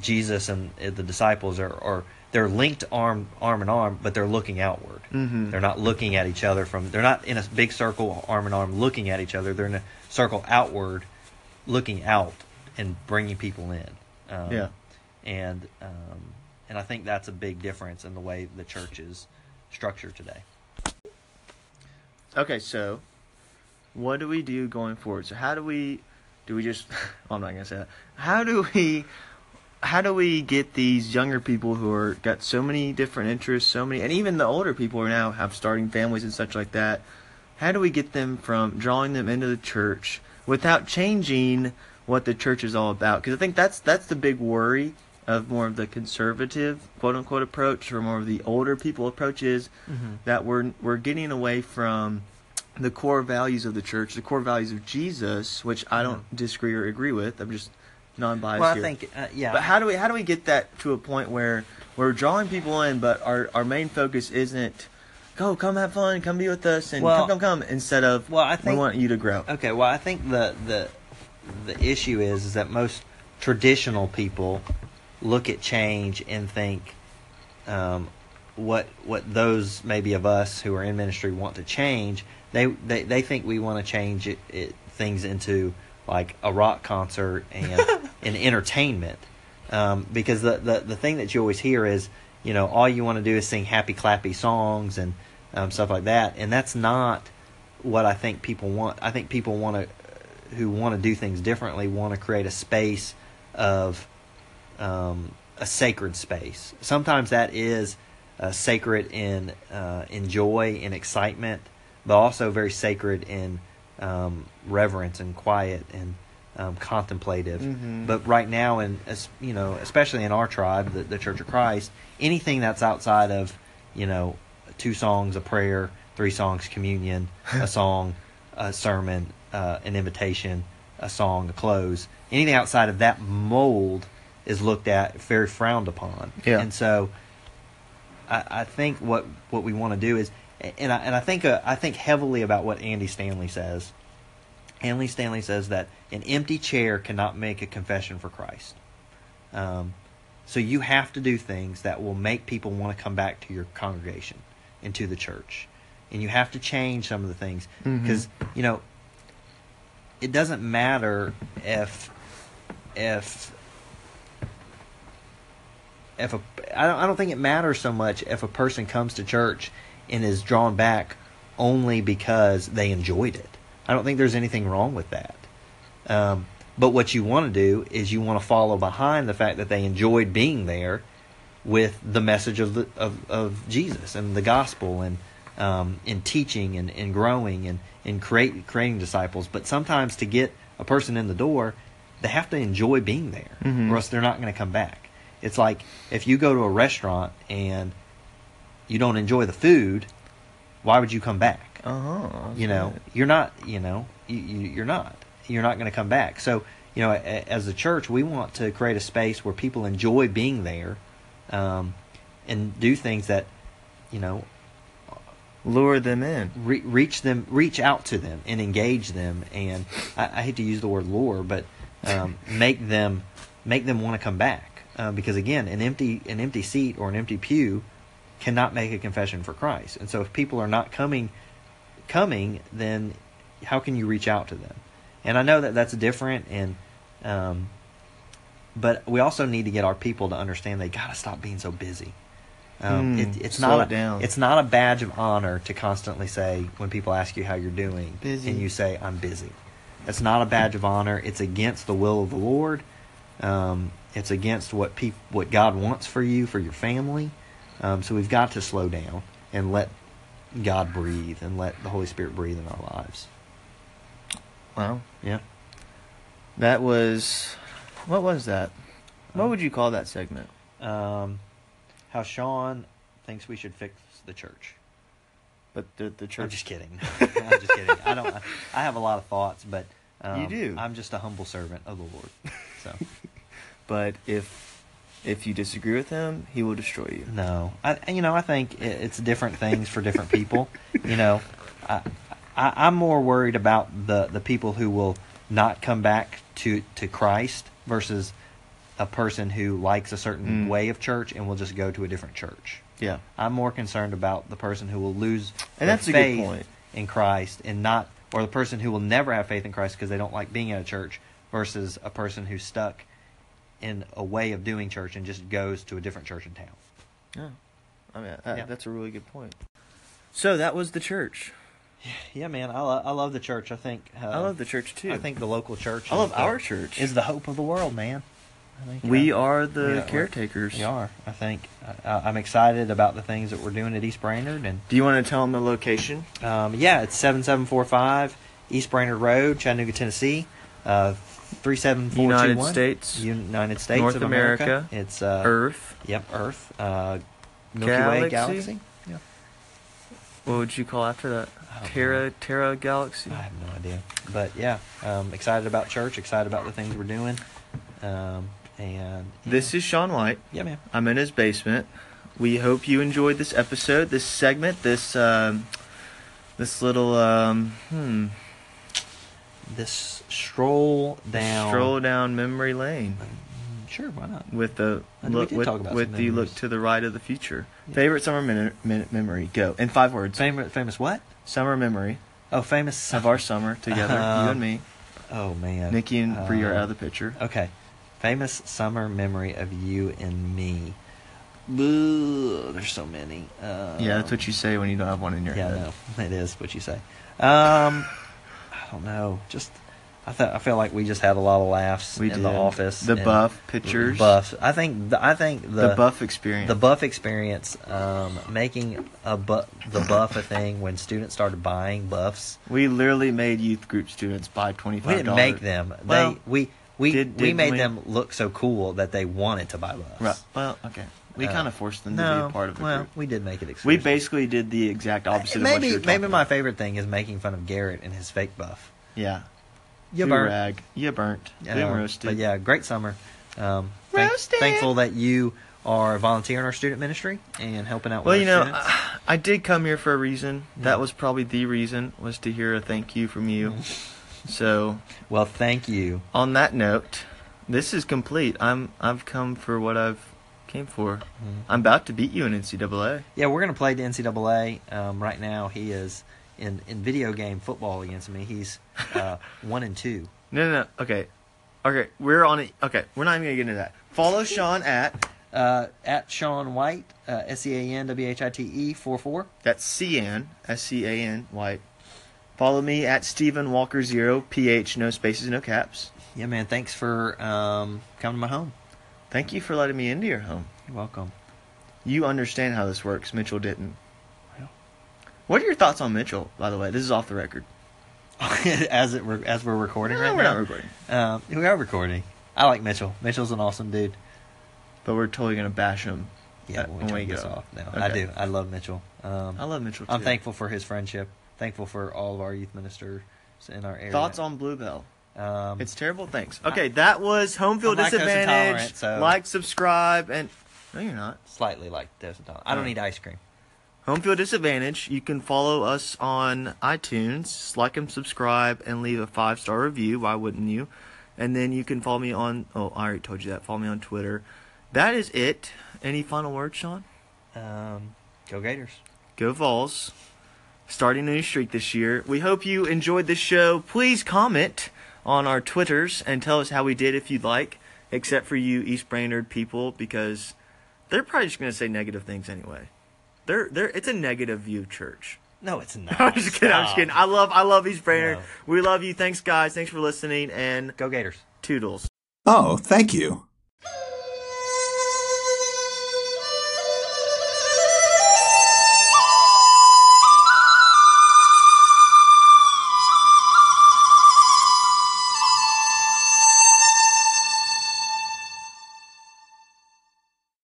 Speaker 1: Jesus and uh, the disciples are, are they're linked arm arm in arm, but they're looking outward.
Speaker 2: Mhm.
Speaker 1: They're not looking at each other from. They're not in a big circle arm in arm looking at each other. They're in a circle outward, looking out and bringing people in. Um,
Speaker 2: Yeah.
Speaker 1: And um, and I think that's a big difference in the way the church is structured today.
Speaker 2: Okay, so what do we do going forward? So how do we do we just [laughs] oh, I'm not gonna say that. How do we how do we get these younger people who are got so many different interests, so many and even the older people who are now have starting families and such like that, how do we get them from drawing them into the church without changing what the church is all about? Because I think that's that's the big worry of more of the conservative quote unquote approach or more of the older people approach is
Speaker 1: Mm-hmm.
Speaker 2: that we're we're getting away from the core values of the church, the core values of Jesus, which I don't disagree or agree with. I'm just
Speaker 1: Mm-hmm.
Speaker 2: non-biased
Speaker 1: Well, I
Speaker 2: here.
Speaker 1: think uh, yeah.
Speaker 2: But how do we how do we get that to a point where we're drawing people in, but our our main focus isn't go come have fun, come be with us, and
Speaker 1: Well-
Speaker 2: come come come instead of
Speaker 1: Well, I think-
Speaker 2: we want you to grow.
Speaker 1: Okay, well, I think the the the issue is is that most traditional people look at change and think um, what what those maybe of us who are in ministry want to change. They they they think we want to change it, it, things into like a rock concert and and entertainment. Um, because the, the the thing that you always hear is you know all you want to do is sing happy clappy songs and um, stuff like that, and that's not what I think people want. I think people want to, who want to do things differently, want to create a space of um, a sacred space. Sometimes that is uh, sacred in uh, in joy and excitement, but also very sacred in um, reverence and quiet and um, contemplative.
Speaker 2: Mhm.
Speaker 1: But right now, and as you know, especially in our tribe, the, the Church of Christ, anything that's outside of you know two songs, a prayer, three songs, communion, a song, a sermon, uh, an invitation, a song, a close, anything outside of that mold is looked at very frowned upon.
Speaker 2: Yeah.
Speaker 1: And so I, I think what, what we want to do is, and I, and I think uh, I think heavily about what Andy Stanley says. Andy Stanley says that an empty chair cannot make a confession for Christ. Um, so you have to do things that will make people want to come back to your congregation and to the church, and you have to change some of the things
Speaker 2: Mhm.
Speaker 1: because you know it doesn't matter if if if a I don't, I don't think it matters so much if a person comes to church and is drawn back only because they enjoyed it. I don't think there's anything wrong with that. Um, but what you want to do is you want to follow behind the fact that they enjoyed being there with the message of the, of, of Jesus and the gospel and um, in teaching and, and growing and, and create, creating disciples. But sometimes to get a person in the door, they have to enjoy being there
Speaker 2: Mhm.
Speaker 1: or else they're not going to come back. It's like if you go to a restaurant and you don't enjoy the food, why would you come back?
Speaker 2: Uh-huh.
Speaker 1: you know you're not you know you, you, you're not you're not going to come back so you know a, as a church we want to create a space where people enjoy being there um, and do things that you know
Speaker 2: lure them in.
Speaker 1: re- reach them reach out to them and engage them and i, I hate to use the word lure but um, [laughs] make them make them want to come back uh, because again an empty an empty seat or an empty pew cannot make a confession for christ and so if people are not coming coming, then how can you reach out to them? And I know that that's different, and um, but we also need to get our people to understand they got to stop being so busy. Um,
Speaker 2: Hmm,
Speaker 1: it, it's
Speaker 2: slow
Speaker 1: not
Speaker 2: it
Speaker 1: a,
Speaker 2: down.
Speaker 1: It's not a badge of honor to constantly say when people ask you how you're doing,
Speaker 2: Busy.
Speaker 1: and you say I'm busy. That's not a badge of honor. It's against the will of the Lord. Um, it's against what peop- what God wants for you for your family. Um, so we've got to slow down and let God breathe and let the Holy Spirit breathe in our lives.
Speaker 2: Wow.
Speaker 1: Yeah.
Speaker 2: That was what was that? What would you call that segment?
Speaker 1: Um, how Sean thinks we should fix the church.
Speaker 2: But the the church
Speaker 1: I'm just kidding. [laughs] I'm just kidding. I don't. I have a lot of thoughts, but um,
Speaker 2: You do.
Speaker 1: I'm just a humble servant of the Lord. So
Speaker 2: [laughs] but if if you disagree with him, he will destroy you.
Speaker 1: no, I you know I think it, it's different things for different people. You know, I, I I'm more worried about the the people who will not come back to to Christ versus a person who likes a certain
Speaker 2: Mm.
Speaker 1: way of church and will just go to a different church.
Speaker 2: Yeah.
Speaker 1: I'm more concerned about the person who will lose
Speaker 2: And
Speaker 1: their
Speaker 2: that's a good
Speaker 1: faith
Speaker 2: point.
Speaker 1: in Christ and not, or the person who will never have faith in Christ because they don't like being in a church versus a person who's stuck in a way of doing church and just goes to a different church in town.
Speaker 2: Yeah. I mean, that,
Speaker 1: Yeah.
Speaker 2: that's a really good point. So that was the church.
Speaker 1: Yeah, man, I, lo- I love the church. I think uh,
Speaker 2: I love the church too.
Speaker 1: I think the local church.
Speaker 2: I
Speaker 1: is
Speaker 2: love
Speaker 1: the-
Speaker 2: our church.
Speaker 1: is the hope of the world, man. I think
Speaker 2: We
Speaker 1: I-
Speaker 2: are the
Speaker 1: Yeah, we're-
Speaker 2: caretakers.
Speaker 1: We are. I think I, I'm excited about the things that we're doing at East Brainerd, and
Speaker 2: Do you want to tell them the location?
Speaker 1: um, yeah, it's seven seven four five East Brainerd Road, Chattanooga, Tennessee, uh, three seven four two one.
Speaker 2: United States,
Speaker 1: United States
Speaker 2: North
Speaker 1: of America.
Speaker 2: America,
Speaker 1: It's uh,
Speaker 2: Earth.
Speaker 1: Yep, Earth. Uh, Milky
Speaker 2: Galaxy?
Speaker 1: Way galaxy. Yeah.
Speaker 2: What would you call after that?
Speaker 1: I don't know.
Speaker 2: Terra, Terra Galaxy.
Speaker 1: Oh, I have no idea. But yeah, um, excited about church, excited about the things we're doing. Um, and
Speaker 2: This is Sean White.
Speaker 1: yeah, man.
Speaker 2: I'm in his basement. We hope you enjoyed this episode, this segment, this um, this little um, hmm,
Speaker 1: This stroll down.
Speaker 2: stroll down memory lane
Speaker 1: Sure, why not?
Speaker 2: with the
Speaker 1: And we
Speaker 2: look
Speaker 1: did
Speaker 2: with,
Speaker 1: talk about some
Speaker 2: with the
Speaker 1: memories.
Speaker 2: look to the right of the future.
Speaker 1: Yeah.
Speaker 2: Favorite summer min- min- memory. Go in five words.
Speaker 1: Famous, famous what?
Speaker 2: Summer memory
Speaker 1: Oh, famous.
Speaker 2: of our summer
Speaker 1: [laughs]
Speaker 2: together, you
Speaker 1: Um,
Speaker 2: and me.
Speaker 1: Oh man,
Speaker 2: Nikki and Bree are
Speaker 1: Uh,
Speaker 2: out of the picture.
Speaker 1: Okay, famous summer memory of you and me. Boo, there's so many. Um,
Speaker 2: yeah, that's what you say when you don't have one in your
Speaker 1: yeah,
Speaker 2: head.
Speaker 1: I know. [laughs] It is what you say. Um, I don't know. Just I thought I feel like we just had a lot of laughs
Speaker 2: We
Speaker 1: in
Speaker 2: did.
Speaker 1: the office.
Speaker 2: The
Speaker 1: and
Speaker 2: buff pictures.
Speaker 1: Buffs. I think. The, I think the,
Speaker 2: The, buff experience.
Speaker 1: The buff experience. Um, making a bu- the buff a thing when students started buying buffs.
Speaker 2: We literally made youth group students buy twenty five.
Speaker 1: We didn't make them.
Speaker 2: Well,
Speaker 1: they we we
Speaker 2: did-
Speaker 1: we
Speaker 2: didn't
Speaker 1: made
Speaker 2: we?
Speaker 1: them look so cool that they wanted to buy buffs.
Speaker 2: Right. Well, okay. We
Speaker 1: Uh,
Speaker 2: kind of forced them
Speaker 1: no,
Speaker 2: to be a part of the
Speaker 1: well,
Speaker 2: group.
Speaker 1: we did make it
Speaker 2: We
Speaker 1: exclusive. Uh,
Speaker 2: basically did the exact opposite.
Speaker 1: maybe
Speaker 2: of what you were talking
Speaker 1: maybe my
Speaker 2: about.
Speaker 1: favorite thing is making fun of Garrett and his fake buff.
Speaker 2: Yeah.
Speaker 1: You
Speaker 2: You
Speaker 1: burnt.
Speaker 2: rag. You burnt.
Speaker 1: I
Speaker 2: Boom
Speaker 1: know.
Speaker 2: roasted.
Speaker 1: But yeah, great summer. Um, thank-
Speaker 2: Roasted.
Speaker 1: thankful that you are volunteering our student ministry and helping out.
Speaker 2: Well,
Speaker 1: with
Speaker 2: you
Speaker 1: our
Speaker 2: know,
Speaker 1: students.
Speaker 2: I, I did come here for a reason.
Speaker 1: Yeah.
Speaker 2: That was probably the reason was to hear a thank you from you. so,
Speaker 1: well, thank you.
Speaker 2: on that note, this is complete. I'm I've come for what I've came for. I'm about to beat you in NCAA.
Speaker 1: Yeah, we're gonna play the NCAA um, right now. He is in in video game football against me. He's uh, one and two.
Speaker 2: No, no, no. Okay. Okay, we're on it. Okay, we're not even going to get into that. Follow Sean at
Speaker 1: Uh, at Sean White, uh, S E A N W H I T E four four.
Speaker 2: That's C-N, S-C-A-N, White. Follow me at Stephen Walker Zero, PH, no spaces, no caps.
Speaker 1: Yeah, man. Thanks for um, coming to my home.
Speaker 2: Thank you for letting me into your home.
Speaker 1: You're welcome. [laughs]
Speaker 2: You understand how this works. Mitchell didn't.
Speaker 1: Well.
Speaker 2: What are your thoughts on Mitchell, by the way? This is off the record.
Speaker 1: as it re- as we're recording
Speaker 2: No,
Speaker 1: right
Speaker 2: we're
Speaker 1: now,
Speaker 2: not recording.
Speaker 1: Um, we are recording. I like Mitchell. Mitchell's an awesome dude.
Speaker 2: But we're totally going to bash him.
Speaker 1: Yeah,
Speaker 2: uh,
Speaker 1: when we turn this off. No, I
Speaker 2: Okay.
Speaker 1: do. I love Mitchell. Um,
Speaker 2: I love Mitchell, too.
Speaker 1: I'm thankful for his friendship. Thankful for all of our youth ministers in our area.
Speaker 2: Thoughts on Bluebell?
Speaker 1: Um,
Speaker 2: It's terrible. Thanks. Okay, that was home field
Speaker 1: I'm lactose
Speaker 2: disadvantage.
Speaker 1: intolerant, so-
Speaker 2: Like, subscribe, and no, you're not.
Speaker 1: slightly like there's a dollar. I don't
Speaker 2: Yeah.
Speaker 1: need ice cream.
Speaker 2: Home field disadvantage. You can follow us on iTunes, like and subscribe, and leave a five star review. Why wouldn't you? And then you can follow me on. Oh, I already told you that. Follow me on Twitter. That is it. Any final words, Sean?
Speaker 1: Um, go Gators.
Speaker 2: Go Vols. Starting a new streak this year. We hope you enjoyed this show. Please comment on our Twitters and tell us how we did if you'd like. Except for you East Brainerd people, because they're probably just gonna say negative things anyway. They're they're it's a negative view of church.
Speaker 1: No,
Speaker 2: [laughs]
Speaker 1: it's not.
Speaker 2: I'm just kidding. I'm just
Speaker 1: Stop.
Speaker 2: kidding. I love I love East Brainerd.
Speaker 1: No.
Speaker 2: We love you. Thanks guys. Thanks for listening and
Speaker 1: Go Gators.
Speaker 2: toodles.
Speaker 3: Oh, thank you.